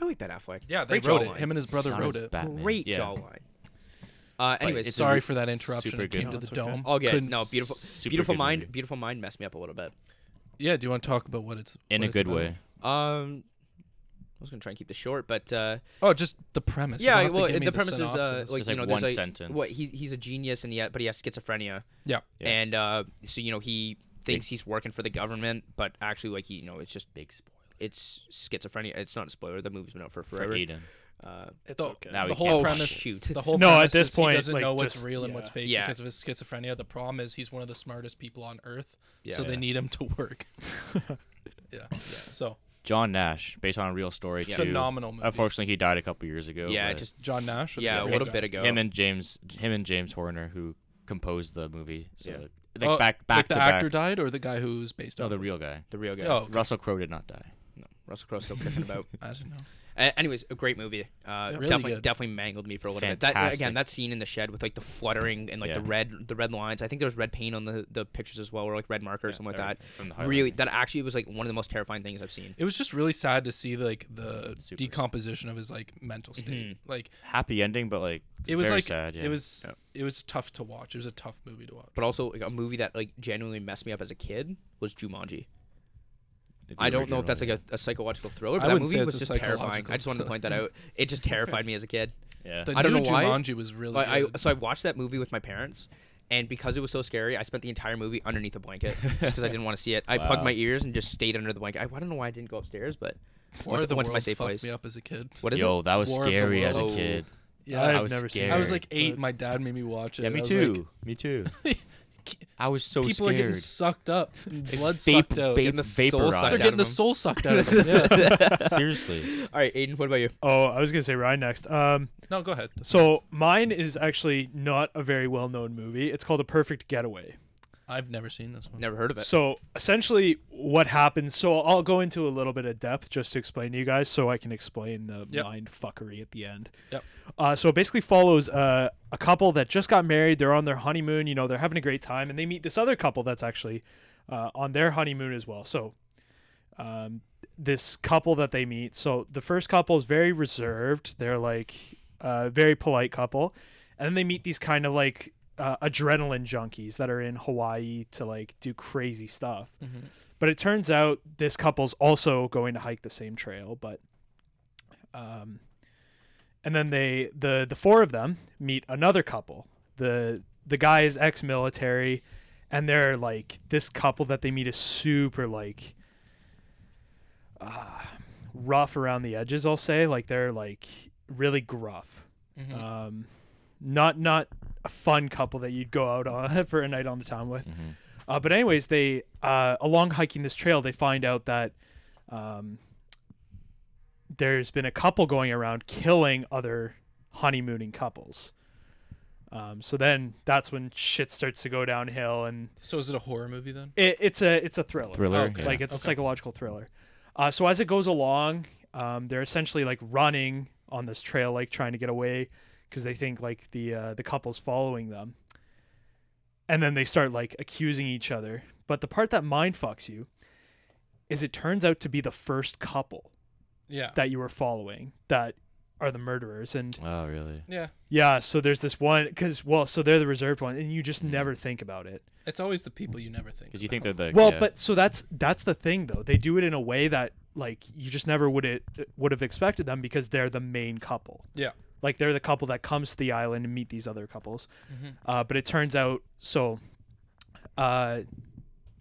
I like Ben Affleck. yeah, they Great wrote it. jawline. Him and his brother Not wrote as it. Batman. Great yeah. jawline. Uh, anyways, it's a Sorry re- for that interruption. super It came good- to No, the it's okay. dome. all good. Oh, Couldn't- No, beautiful, super beautiful good mind, movie. beautiful mind messed me up a little bit. Yeah, do you want to talk about what it's in what a it's good about? way. Um, I was gonna try and keep this short, but uh, Oh, just the premise. You don't yeah, have to well, give me the premise is uh, synopsis. like Just, you like, know, one there's like sentence. what he, he's a genius and he ha- but he has schizophrenia, yeah, Yeah. and uh, so you know he thinks he's working for the government, but actually like he you know it's just Big spoiler it's schizophrenia. It's not a spoiler. The movie's been out for for forever. Aiden. uh, It's The- okay. Now the he whole can't oh watch premise- shoot. [LAUGHS] the whole No, at premise this is point, he doesn't like, know what's just- real and what's yeah. fake Yeah. because of his schizophrenia. The problem is he's one of the smartest people on earth, so Yeah. they need him to work. yeah. So John Nash, based on a real story too. phenomenal movie. Unfortunately, he died a couple years ago. yeah, but just John Nash. or the yeah, a other little guy? bit ago. him and James, him and James Horner, who composed the movie. So Yeah. like, Oh, back, Like back the to actor back. died or the guy who's based no, on. the real guy. the real guy. Oh, Russell Crowe did not die. Russell Crowe's still piffing about. [LAUGHS] I don't know. A- anyways, a great movie. Uh, really definitely, good. definitely mangled me for a little bit. That, again, Fantastic. that scene in the shed with like the fluttering and like the Yeah. red, the red lines. I think there was red paint on the, the pictures as well, or like red marker or something like everything from the that. Really, highlighting. that actually was like one of the most terrifying things I've seen. It was just really sad to see like the Super decomposition of his like mental state. Like Happy ending, but like it was very like sad, yeah. it was it was tough to watch. It was a tough movie to watch. But also like, a movie that like genuinely messed me up as a kid was Jumanji. The I don't know original, if that's like yeah. a, a psychological thriller, but I that wouldn't say movie it's was a just terrifying. psychological I just wanted to point that out. It just terrified me as a kid. Yeah. the I don't new know why. Jumanji was really Like, I good. so I watched that movie with my parents, and because it was so scary, I spent the entire movie underneath a blanket just [LAUGHS] because I didn't want to see it. I plugged Wow. my ears and just stayed under the blanket. I, I don't know why I didn't go upstairs, but War went to, of the went to my Worlds safe fucked place. me up as a kid. What is Yo, it? that was War of the scary as a Worlds. kid. Yeah, I I've was never seen. scared. I was like it, eight. but- and My dad made me watch it. Yeah, me I was too. like, me [LAUGHS] too. I was so people are scared. getting sucked up, blood Vape- sucked out. vape- Getting the soul vaporized. sucked They're They're out of getting the them. soul sucked out of [LAUGHS] them. [LAUGHS] Yeah. [LAUGHS] Seriously. [LAUGHS] All right, Aiden, what about you? Oh, I was gonna say Ryan next. Um, no, go ahead. so mine is actually not a very well-known movie. It's called A Perfect Getaway. I've never seen this one. Never heard of it. So essentially, what happens? So I'll go into a little bit of depth just to explain to you guys, so I can explain the Yep. mind fuckery at the end. Yep. Uh, so it basically follows uh, a couple that just got married. They're on their honeymoon. You know, they're having a great time, and they meet this other couple that's actually uh, on their honeymoon as well. So um, this couple that they meet. So the first couple is very reserved. They're like a very polite couple, and then they meet these kind of like uh, adrenaline junkies that are in Hawaii to like do crazy stuff. But it turns out this couple's also going to hike the same trail, but um and then they the the four of them meet another couple. The the guy is ex-military and they're like this couple that they meet is super like uh, rough around the edges, I'll say. Like they're like really gruff Mhm. um, not not a fun couple that you'd go out on [LAUGHS] for a night on the town with. Uh, but anyways, they uh, along hiking this trail, they find out that um, there's been a couple going around killing other honeymooning couples. Um, so then that's when shit starts to go downhill, and So is it a horror movie then? it, it's a it's a thriller. Thriller. Okay. yeah. Like it's a Okay. psychological thriller. Uh, so as it goes along, um, they're essentially like running on this trail, like trying to get away because they think like the uh, the couple's following them. And then they start like accusing each other. But the part that mind fucks you is it turns out to be the first couple Yeah. that you were following that are the murderers and Oh, really? yeah. yeah so there's this one because well so they're the reserved one and you just never think about it It's always the people you never think. Because you about. think they're the Well, yeah. but so that's that's the thing though. They do it in a way that like you just never would it would have expected them because they're the main couple. Yeah. Like they're the couple that comes to the island and meet these other couples. Uh, but it turns out so. Uh,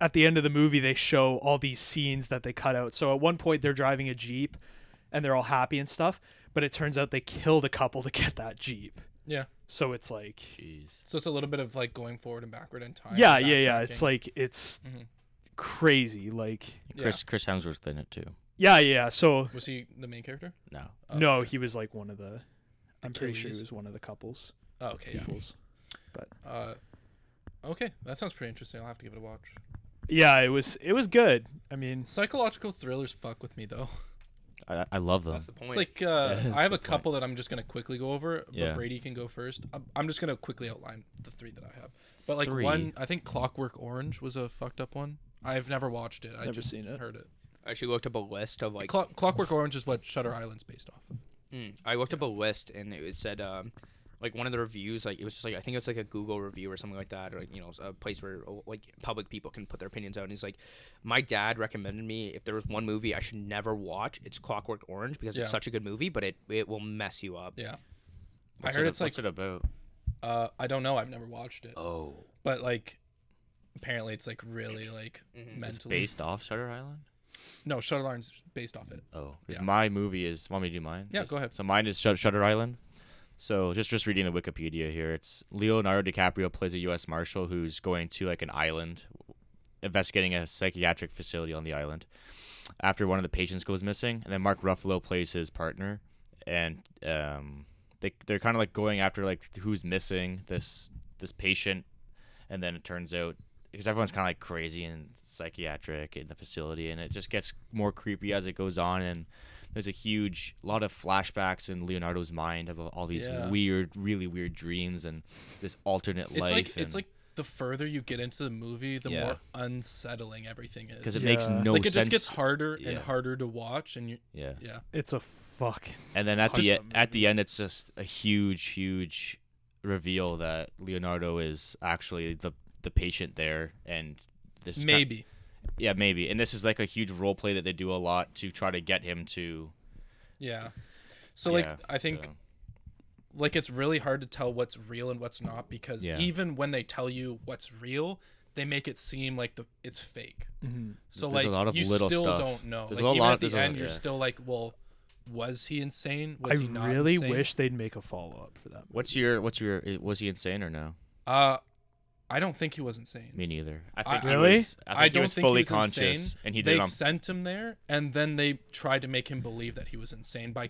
at the end of the movie, they show all these scenes that they cut out. So at one point, they're driving a jeep, and they're all happy and stuff. But it turns out they killed a couple to get that jeep. Yeah. So it's like, Jeez. So it's a little bit of like going forward and backward in time. yeah, yeah, yeah. backtracking. It's like it's Mhm. crazy. Like, Yeah. Chris Chris Hemsworth's in it too. yeah, yeah. So was he the main character? No. Oh, no, he was like one of the. I'm pretty sure he Achilles. was one of the couples. [LAUGHS] Oh, okay. Yeah. Peoples. Uh, okay, that sounds pretty interesting. I'll have to give it a watch. Yeah, it was it was good. I mean, Psychological thrillers fuck with me though. I, I love them. That's the point. It's [LAUGHS] like uh, That's I have the a couple that I'm just gonna quickly go over, but Yeah. Brady can go first. I'm, I'm just gonna quickly outline the three that I have. But like Three. one, I think Clockwork Orange was a fucked up one. I've never watched it. I Never just seen it. Heard it. I actually looked up a list of like Clock Clockwork Orange is what Shutter Island's based off of. Mm, I looked up a list and it said um, like one of the reviews like it was just like I think it was like a Google review or something like that or like, you know a place where oh, like public people can put their opinions out and he's like my dad recommended me if there was one movie I should never watch it's Clockwork Orange because Yeah. it's such a good movie but it it will mess you up. Yeah, What's I heard it, it's like what's it about? uh, I don't know. I've never watched it, Oh, but like apparently it's like really like Mm-hmm. it's mentally. based off Shutter Island. No, Shutter Island's based off it. Oh, because Yeah. my movie is. Want me to do mine? Yeah, Just- go ahead. So mine is Shut- Shutter Island. So just just reading the Wikipedia here, it's Leonardo DiCaprio plays a U.S. marshal who's going to like an island, investigating a psychiatric facility on the island. After one of the patients goes missing, and then Mark Ruffalo plays his partner, and um, they they're kind of like going after like who's missing this this patient, and then it turns out because everyone's kind of like crazy and psychiatric in the facility, and it just gets more creepy as it goes on, and there's a huge lot of flashbacks in Leonardo's mind of all these Yeah. weird, really weird dreams and this alternate It's life. like it's and- like the further you get into the movie, the Yeah. more unsettling everything is. because it Yeah. makes no like it sense. just gets harder and yeah. harder to watch, and you yeah, yeah. It's a fucking and then at Just- the e- at the end, it's just a huge, huge reveal that Leonardo is actually the the patient there, and this ki- Maybe yeah, maybe. And this is like a huge role play that they do a lot to try to get him to. yeah. So like yeah, I think so- like it's really hard to tell what's real and what's not because Yeah. even when they tell you what's real, they make it seem like the it's fake. So There's a like lot of you little still stuff. don't know. There's like a even lot- at there's the a lot- end, you're yeah. still like, well, was he insane? Was he I not? really insane? wish they'd make a follow up for that. what's your what's your i- was he insane or no? Uh, I don't think he was insane. Me neither. I I- think he Really? was, I, think he don't was think fully he was conscious, insane. and he they did it on sent him there, and then they tried to make him believe that he was insane by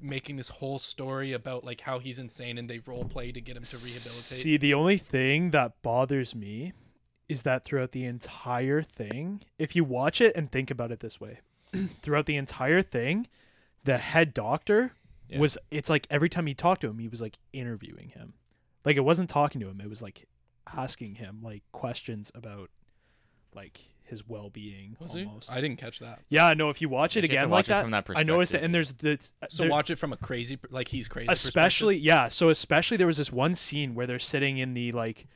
making this whole story about like how he's insane, and they role play to get him to rehabilitate. See, the only thing that bothers me is that throughout the entire thing, if you watch it and think about it this way, [CLEARS THROAT] throughout the entire thing, the head doctor Yeah. was it's like every time he talked to him, he was like interviewing him. Like it wasn't talking to him, it was like asking him like questions about like his well-being was he? almost. I didn't catch that. yeah, no, if you watch it Yes, you have again to like watch it that, from that I noticed that perspective, and there's this So there- watch it from a crazy, per- like he's crazy. perspective. especially yeah so especially there was this one scene where they're sitting in the like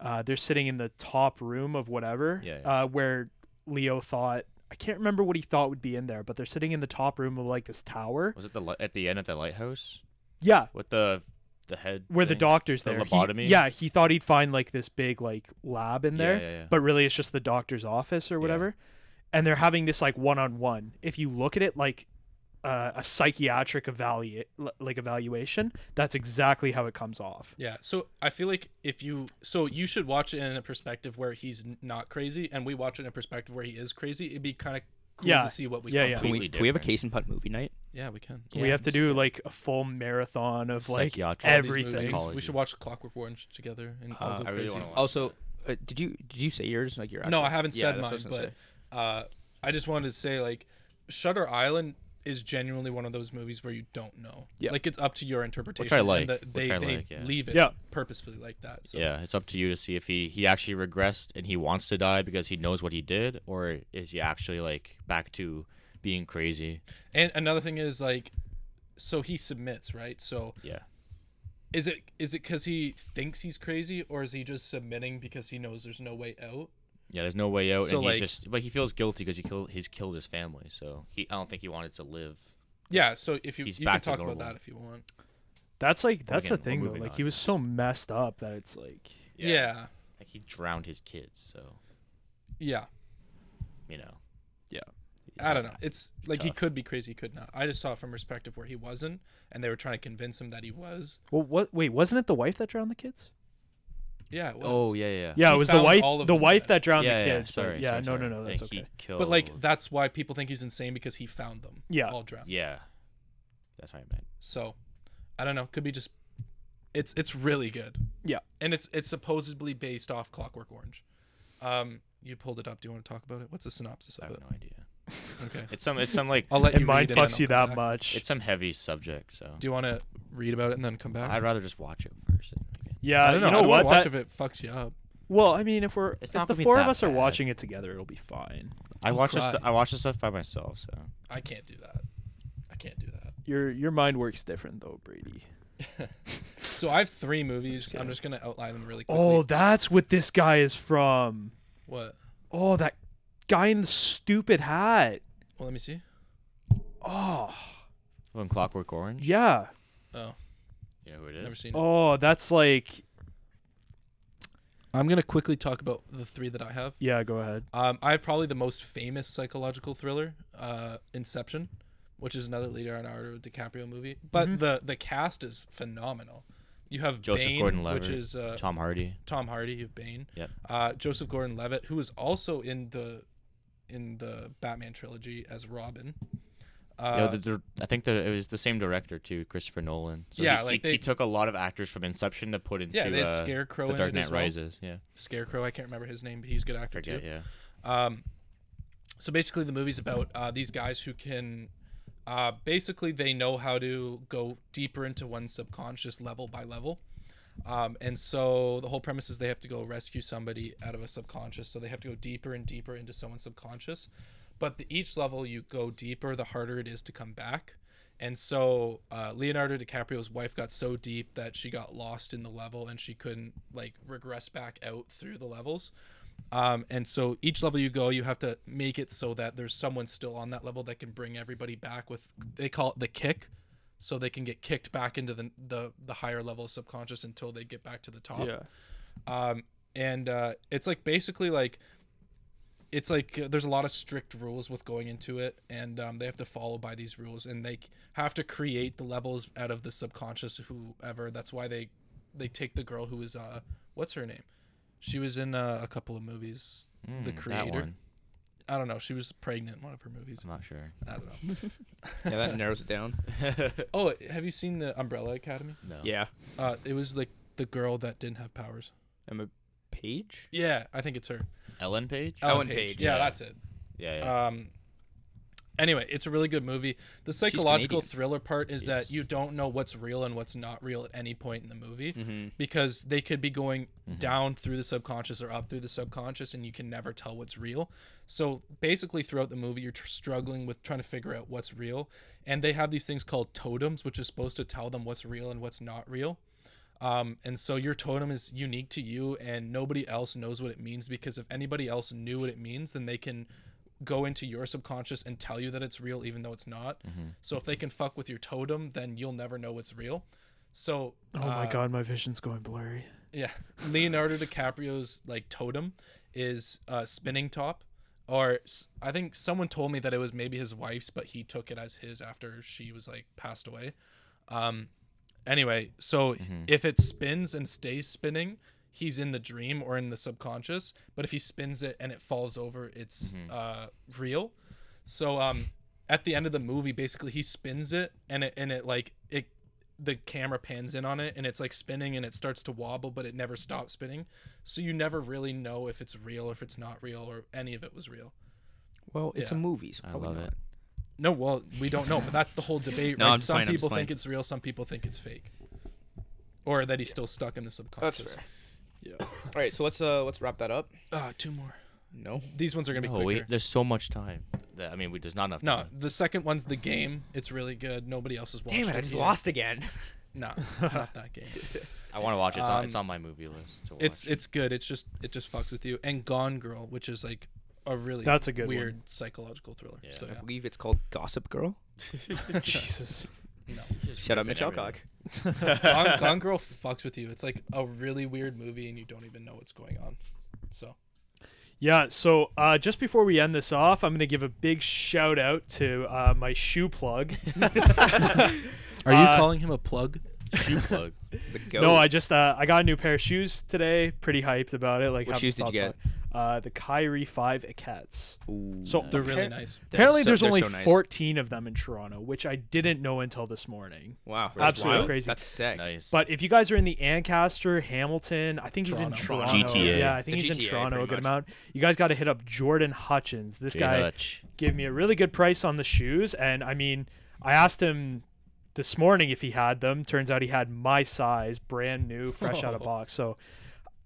uh they're sitting in the top room of whatever Yeah, yeah. uh where leo thought i can't remember what he thought would be in there but they're sitting in the top room of like this tower was it the li- at the end at the lighthouse yeah with the the head where the thing? doctor's The there He- lobotomy? yeah he thought he'd find like this big like lab in Yeah, there yeah, yeah. but really it's just the doctor's office or whatever and they're having this like one-on-one if you look at it like uh, a psychiatric evaluate like evaluation that's exactly how it comes off Yeah, so I feel like if you so you should watch it in a perspective where he's n- not crazy, and we watch it in a perspective where he is crazy. It'd be kind of cool Yeah, to see what we yeah, come yeah. up Can we, Completely can we have a different. case and punt movie night? Yeah, we can. we have to do like a full marathon of like Psychiatric All these everything. movies. Psychology. We should watch Clockwork Orange together, and I'll Uh, go I really crazy. want to watch. Also, uh, did you did you say yours? Like your no, actual- I haven't Yeah, said that's what I mine, was gonna but say. uh, I just wanted to say like Shutter Island is genuinely one of those movies where you don't know. Yeah. like it's up to your interpretation. like, And the, which they I they like, yeah. leave it Yeah. purposefully like that. So. yeah, it's up to you to see if he he actually regressed and he wants to die because he knows what he did, or is he actually like back to being crazy? And another thing is like, so he submits, right? So Yeah, is it is it because he thinks he's crazy or is he just submitting because he knows there's no way out yeah. There's no way out, So, and like- he's just but he feels guilty because he killed he's killed his family, so he I don't think he wanted to live. yeah so if you He's you back to can talk about normal. that if you want That's like that's Again, the we're thing though. moving Like on, he was so messed up that it's like yeah yeah, like he drowned his kids, so you know. Yeah. i don't know it's like he Tough. could be crazy he could not i just saw it from perspective where he wasn't and they were trying to convince him that he was well what wait, wasn't it the wife that drowned the kids? yeah it was. Oh yeah, yeah. Yeah, He it was the found wife all of the them wife then. that drowned yeah, the yeah, kids. but Sorry, yeah, sorry, no sorry. no no, that's And okay. He killed, but like that's why people think he's insane because he found them Yeah. all drowned yeah, that's what I meant. so i don't know could be just it's it's really good Yeah. and it's it's supposedly based off clockwork orange um you pulled it up do you want to talk about it what's the synopsis I of have it no idea. okay It's some it's [LAUGHS] some like I'll let And you mine read it and fucks I'll you come that back. much. it's some heavy subject, so Do you want to read about it and then come back? I'd rather just watch it first. yeah, I don't know. Uh, you know I don't wanna what? Watch That, if it fucks you up. well, I mean, if we're It's if not the gonna be four of that us are bad. watching it together, it'll be fine. I I'll watch this. cry. I watch this stuff by myself, so I can't do that. I can't do that. Your your mind works different though, Brady. So I have three movies. I'm Okay. just gonna outline them really quickly. Oh, that's what this guy is from. what? Oh, that guy in the stupid hat. Well, let me see. Oh, from Clockwork Orange. yeah. Oh, You know who it is? never seen it. Oh, that's like I'm gonna quickly talk about the three that I have. yeah. Go ahead. Um, I have probably the most famous psychological thriller, uh, Inception, which is another Leonardo DiCaprio movie. Mm-hmm. But the the cast is phenomenal. You have Joseph Bane, Gordon-Levitt, which is uh, Tom Hardy. Tom Hardy, you have Bane. Yep. Uh, Joseph Gordon-Levitt, who is also in the in the Batman trilogy as Robin. Uh, yeah, the, dir- I think the, it was the same director too, Christopher Nolan. So Yeah, he, like he, they- he took a lot of actors from Inception to put into yeah, they had uh, Scarecrow The in Dark it as Knight well. Rises. Yeah, Scarecrow, I can't remember his name, but he's a good actor forget. too. Yeah, Um, so basically, the movie's about uh, these guys who can Uh, basically, they know how to go deeper into one's subconscious level by level. Um, and so the whole premise is they have to go rescue somebody out of a subconscious. So they have to go deeper and deeper into someone's subconscious. But the, each level you go deeper, the harder it is to come back. And so uh, Leonardo DiCaprio's wife got so deep that she got lost in the level and she couldn't like regress back out through the levels. Um, and so each level you go, you have to make it so that there's someone still on that level that can bring everybody back with they call it the kick, so they can get kicked back into the the, the higher level of subconscious until they get back to the top. Yeah. Um, and uh, it's like basically like it's like uh, there's a lot of strict rules with going into it, and um, they have to follow by these rules, and they have to create the levels out of the subconscious, whoever. That's why they they take the girl who is uh what's her name? She was in uh, a couple of movies. the Hmm, That creator. one. I don't know. She was pregnant in one of her movies. I'm not [LAUGHS] sure. I don't know. Yeah, that narrows it down. Oh, have you seen the Umbrella Academy? No. Yeah. Uh, it was like the girl that didn't have powers. I'm a page. Yeah, I think it's her. Ellen Page. Oh. Ellen Page, Yeah, yeah. that's it. Yeah. yeah. Um, anyway, it's a really good movie. The psychological Canadian. thriller part is Yes. that you don't know what's real and what's not real at any point in the movie Mm-hmm. because they could be going down through the subconscious or up through the subconscious and you can never tell what's real. So basically throughout the movie you're tr- struggling with trying to figure out what's real and they have these things called totems which is supposed to tell them what's real and what's not real. Um, and so your totem is unique to you and nobody else knows what it means because if anybody else knew what it means then they can go into your subconscious and tell you that it's real even though it's not. So if they can fuck with your totem then you'll never know what's real. So Oh my uh, god, my vision's going blurry. yeah, Leonardo DiCaprio's like totem is uh, spinning top, or s- I think someone told me that it was maybe his wife's, but he took it as his after she was like passed away. Um, anyway, so if it spins and stays spinning, he's in the dream or in the subconscious. But if he spins it and it falls over, it's uh, real. So um, at the end of the movie, basically he spins it and it and it like it the camera pans in on it and it's like spinning and it starts to wobble but it never stops spinning so you never really know if it's real if it's not real or any of it was real Well, it's a Yeah. movie. So I probably love not. it. no well we don't know but that's the whole debate No, right I'm just some playing, I'm just people think playing. it's real some people think it's fake or that he's still stuck in the subconscious Yeah. All right, so let's uh let's wrap that up. Ah, two more No. these ones are gonna be Oh, quicker wait, there's so much time. That, I mean, we there's not enough. no time. the second one's the game it's really good nobody else has watched Damn it! I just lost again. no not [LAUGHS] that game I want to watch it. It's, on, Um, it's on my movie list. To watch. it's it's good it's just it just fucks with you and gone girl which is like a really That's a good one. weird psychological thriller Yeah. so I yeah I believe it's called Gossip Girl. Jesus. no Shout out Mitch Alcock. [LAUGHS] Gone, Gone Girl fucks with you. It's like a really weird movie, and you don't even know what's going on. So Yeah, so uh, just before we end this off, I'm going to give a big shout out to uh, my shoe [LAUGHS] plug. Are you Uh, calling him a plug? Shoe [LAUGHS] plug. The goat. No, I just uh, I got a new pair of shoes today. Pretty hyped about it. Like What haven't shoes did you stopped on- Uh, the Kyrie Five Acats. Ooh. So They're appar- really nice. Apparently, so- there's they're only so nice. 14 of them in Toronto, which I didn't know until this morning. wow, That's absolutely wild. crazy. That's sick. Nice. But if you guys are in the Ancaster, Hamilton, I think he's in Toronto. Toronto. GTA. Yeah, I think The he's GTA, in Toronto a pretty good much. amount. You guys got to hit up Jordan Hutchins. This guy Hutch. gave me a really good price on the shoes and i mean i asked him this morning if he had them turns out he had my size brand new fresh out of box so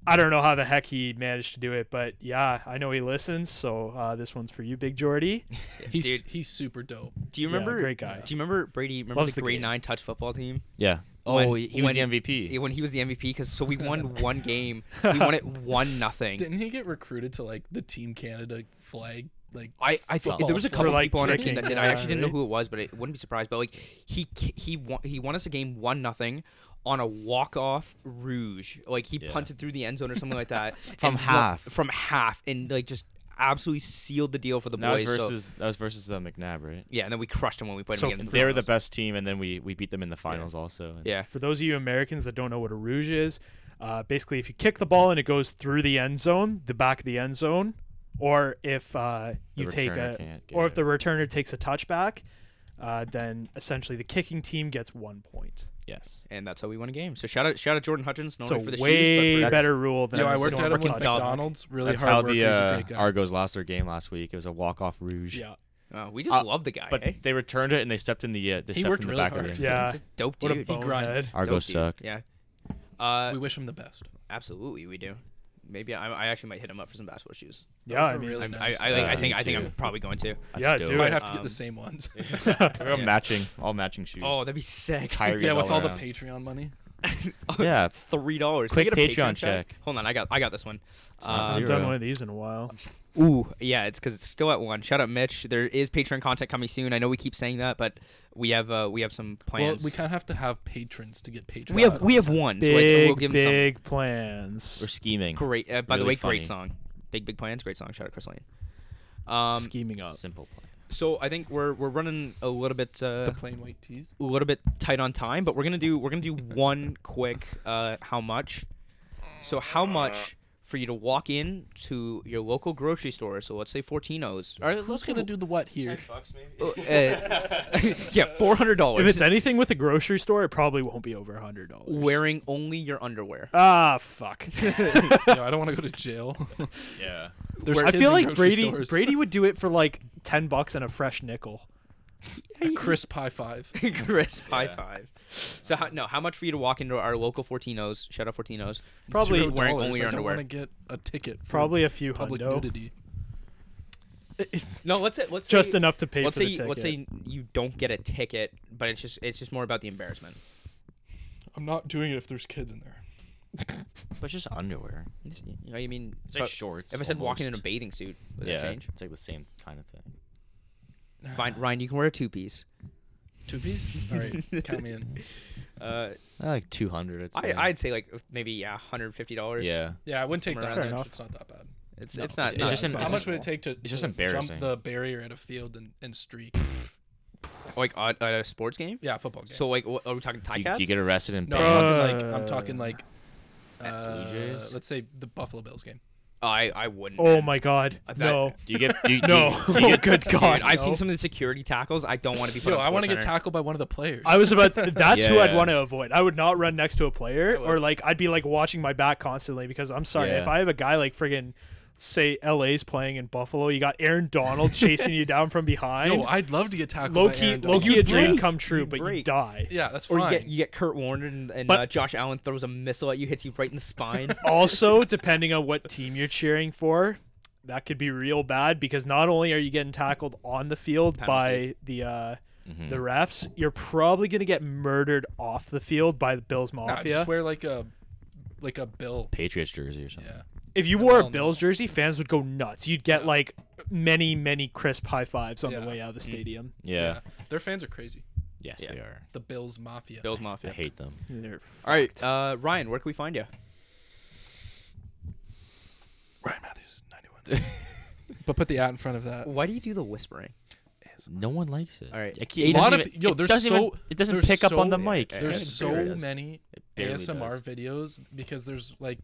i don't know how the heck he managed to do it but yeah i know he listens so uh, this one's for you big jordy He's Dude. he's super dope. Do you Yeah, remember? great guy. Do you remember Brady? Remember Loves the the grade game. nine touch football team? Yeah. Oh, When- he he was when- the MVP. Yeah, when he was the MVP, because so [LAUGHS] we won one game. We won it one nothing. Didn't he get recruited to like the Team Canada flag? Like I, I think football there was a flag? couple like, people on our team that kicking, did. I yeah, actually didn't know right? who it was, but I wouldn't be surprised. But like he ki- he won he won us a game one nothing on a walk off rouge. Like he Yeah. punted through the end zone or something like that [LAUGHS] From and won- half. from half and like just absolutely sealed the deal for the that was boys. so- versus that was versus uh, McNabb, right? yeah, and then we crushed them when we played So them again. in They were the finals. best team, and then we, we beat them in the finals also. and- Yeah. for those of you americans that don't know what a rouge is uh, basically if you kick the ball and it goes through the end zone the back of the end zone or if uh, The you take returner a can't get or if it. the returner takes a touchback uh, then essentially the kicking team gets one point Yes. And that's how we won a game. So shout out shout out Jordan Hutchins, not So only for the way shoes, but for better rule than Yo, I That's worked so at him a freaking fucking with dog. McDonald's. Really That's hard how worker. the He's a uh, great guy. Argos lost their game last week. It was a walk off rouge. Yeah. Oh, we just Uh, love the guy. But eh? they returned it and they stepped in the uh, they He stepped worked in the really back hard. of the Yeah. he's a dope What a dude. He grinds. bonehead. Argos Dope suck. dude, Yeah. Uh, we wish him the best. absolutely, we do. Maybe I, I actually might hit him up for some basketball shoes. Yeah, I Those were mean, really I'm- nice. I, I, like, I Uh, think me I think I'm too. probably going to. That's Yeah, dope. do Might it. have to get Um, the same ones. We're all Yeah. matching, all matching shoes. Oh, that'd be sick. [LAUGHS] Kyrie's yeah, with all the around. Patreon money. Yeah. three dollars. Quick get a Patreon check. Hold on, I got I got this one. not Um, I've Zero. done one of these in a while. Ooh, yeah, it's because it's still at one. Shout out Mitch. There is Patreon content coming soon. I know we keep saying that, but we have uh, we have some plans. Well, we kind of have to have patrons to get Patreon. we have we have one. So like, Big, we'll give him some. big plans. We're scheming. Great. Uh, by the Really way, funny. great song. Big big plans. Great song. Shout out Chris Lane. Um, scheming up. Simple plan. so I think we're we're running a little bit uh, the plain white tees. a little bit tight on time, but we're gonna do we're gonna do one quick uh, how much. So how much for you to walk in to your local grocery store? So let's say Fortino's. Or let's say- the what here? bucks maybe. uh, uh, [LAUGHS] yeah, four hundred If it's dollars. anything with a grocery store, it probably won't be over a hundred dollars. Wearing only your underwear. [LAUGHS] Ah, fuck. [LAUGHS] Yo, I don't want to go [LAUGHS] to jail. yeah. There's I kids feel in like grocery Brady stores. Brady would do it for [LAUGHS] like ten bucks and a fresh nickel. crisp high five. Crisp high Yeah. five. So how, no, how much for you to walk into our local Fortinos? Shout out Fortinos. [LAUGHS] Probably Zero wearing dollars. only your I don't underwear. want to get a ticket. For Probably a few public hundo. nudity. No, let's say, let's Just say, enough to pay Let's for say the you- ticket. let's say you don't get a ticket, but it's just it's just more about the embarrassment. I'm not doing it if there's kids in there. But it's just underwear. You know, you mean It's like if I- shorts. If I said walking in a almost. bathing suit, would yeah, that change? it's like the same kind of thing. Fine, Ryan, you can wear a two piece. Two piece. [LAUGHS] All right, count me in. Uh, I like two hundred. I, I'd say like maybe yeah, hundred fifty dollars. Yeah. Yeah, I wouldn't take Fair that enough. much. It's not that bad. it's No, it's not. it's no, just it's an- not How it's much just- would it take to? it's just to embarrassing. Jump the barrier at a field and, and streak. like at, at a sports game. Yeah, football game. So like, what, are we talking tie Do you, cats? do you get arrested and no, banned? [LAUGHS] I'm talking like I'm Uh, talking like. Uh, Blues. let's say the Buffalo Bills game. I I wouldn't. Oh man. my god. That- no. do you get? Do you, do No. [LAUGHS] you- do you Oh, get- good god. Dude, I've seen no. some of the security tackles. I don't want [LAUGHS] to be put Yo, on I want to get SportsCenter. tackled by one of the players. I was [LAUGHS] about. that's who I'd Yeah. want to avoid. I would not run next to a player, I would. or like I'd be like watching my back constantly because I'm sorry Yeah. if I have a guy like friggin', say LA's playing in Buffalo, you got Aaron [LAUGHS] Donald chasing you down from behind. Yo, I'd love to get tackled. low by key, Aaron low Donald. key, a dream break. come true, You but you break. die. Yeah, that's Or fine. you get you get Kurt Warner and, and But- uh, Josh Allen throws a missile at you, hits you right in the spine. [LAUGHS] also, depending on what team you're cheering for, that could be real bad because not only are you getting tackled on the field by Penalty. the uh, Mm-hmm. the refs, you're probably gonna get murdered off the field by the Bills Nah, Mafia. just wear like a like a bill. Patriots jersey or something. Yeah. if you wore a no. Bills jersey, fans would go nuts. You'd get like many, many crisp high fives on the Yeah. Mm. way out of the stadium. Yeah. Their fans are crazy. Yes, Yeah. they are. The Bills Mafia. Bills Mafia. I hate them. They're All right, uh, Ryan, where can we find you? Ryan Matthews, [LAUGHS] 91. but put the at in front of that. Why do you do the whispering? No one likes it. All right. I can't- it A lot doesn't of- even- yo, it there's doesn't even- so- it doesn't there's pick up on the so- mic. there's It There's so barely does. many It barely ASMR does. videos because there's like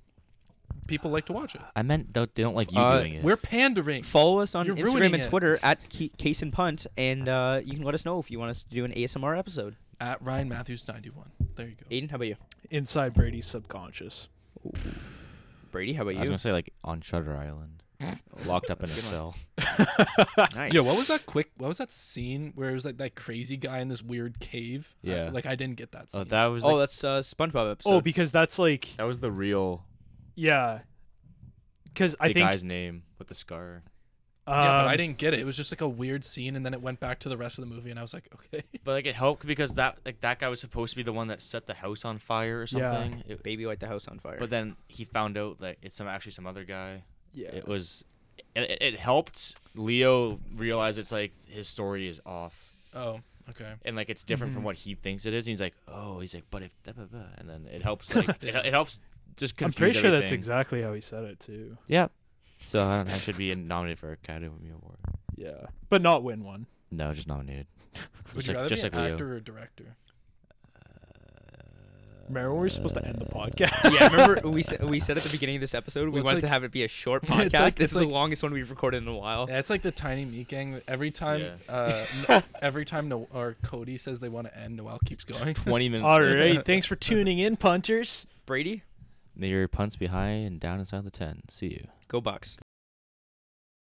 people like to watch it. I meant though they don't like you Uh, doing it. We're pandering. Follow us on You're Instagram ruining and it. Twitter at Ke- Case and Punt, and uh, you can let us know if you want us to do an ASMR episode. At Ryan Matthews 91. There you go. Aiden, how about you? inside Brady's subconscious. Brady, how about I was you? gonna say like on Shutter [LAUGHS] Island, locked up in a cell. [LAUGHS] Nice. Yo, what was that quick? What was that scene where it was like that crazy guy in this weird cave? I- Yeah. like I didn't get that scene. Oh, that was. Oh, like- that's uh, SpongeBob episode. Oh, because that's like that was the real yeah, because I the think guy's name with the scar. yeah, but I um, didn't get it. It was just like a weird scene, and then it went back to the rest of the movie, and I was like, [LAUGHS] okay. But like it helped because that like that guy was supposed to be the one that set the house on fire or Yeah. something. It- Baby light the house on fire. but then he found out that it's some actually some other guy. yeah. It was. It, it- it helped Leo realize it's like his story is off Oh, okay. and like it's different from what he thinks it is. And he's like, oh, he's like, but if da, da, da," and then it helps like it, it helps just I'm confuse. pretty sure that's everything. exactly how he said it too. Yeah. So I, don't, I should be nominated for a Academy Award. Yeah, but not win one. No, just nominated. Would Just you like- rather just be like an Leo. actor or director? Remember, we were supposed to end the Uh, podcast. yeah, remember we said, we said at the beginning of this episode we Well, it's wanted like- to have it be a short [LAUGHS] It's like- podcast. it's this is like- the longest one we've recorded in a while. Yeah, it's like the tiny meat gang. Every time, Yeah. uh, [LAUGHS] no, every time, no- or Cody says they want to end, Noel [LAUGHS] keeps going. [LAUGHS] Twenty minutes. All later. [LAUGHS] right, thanks for tuning in, punters. Brady, May your punts be high and down inside the ten. See you. go Bucks.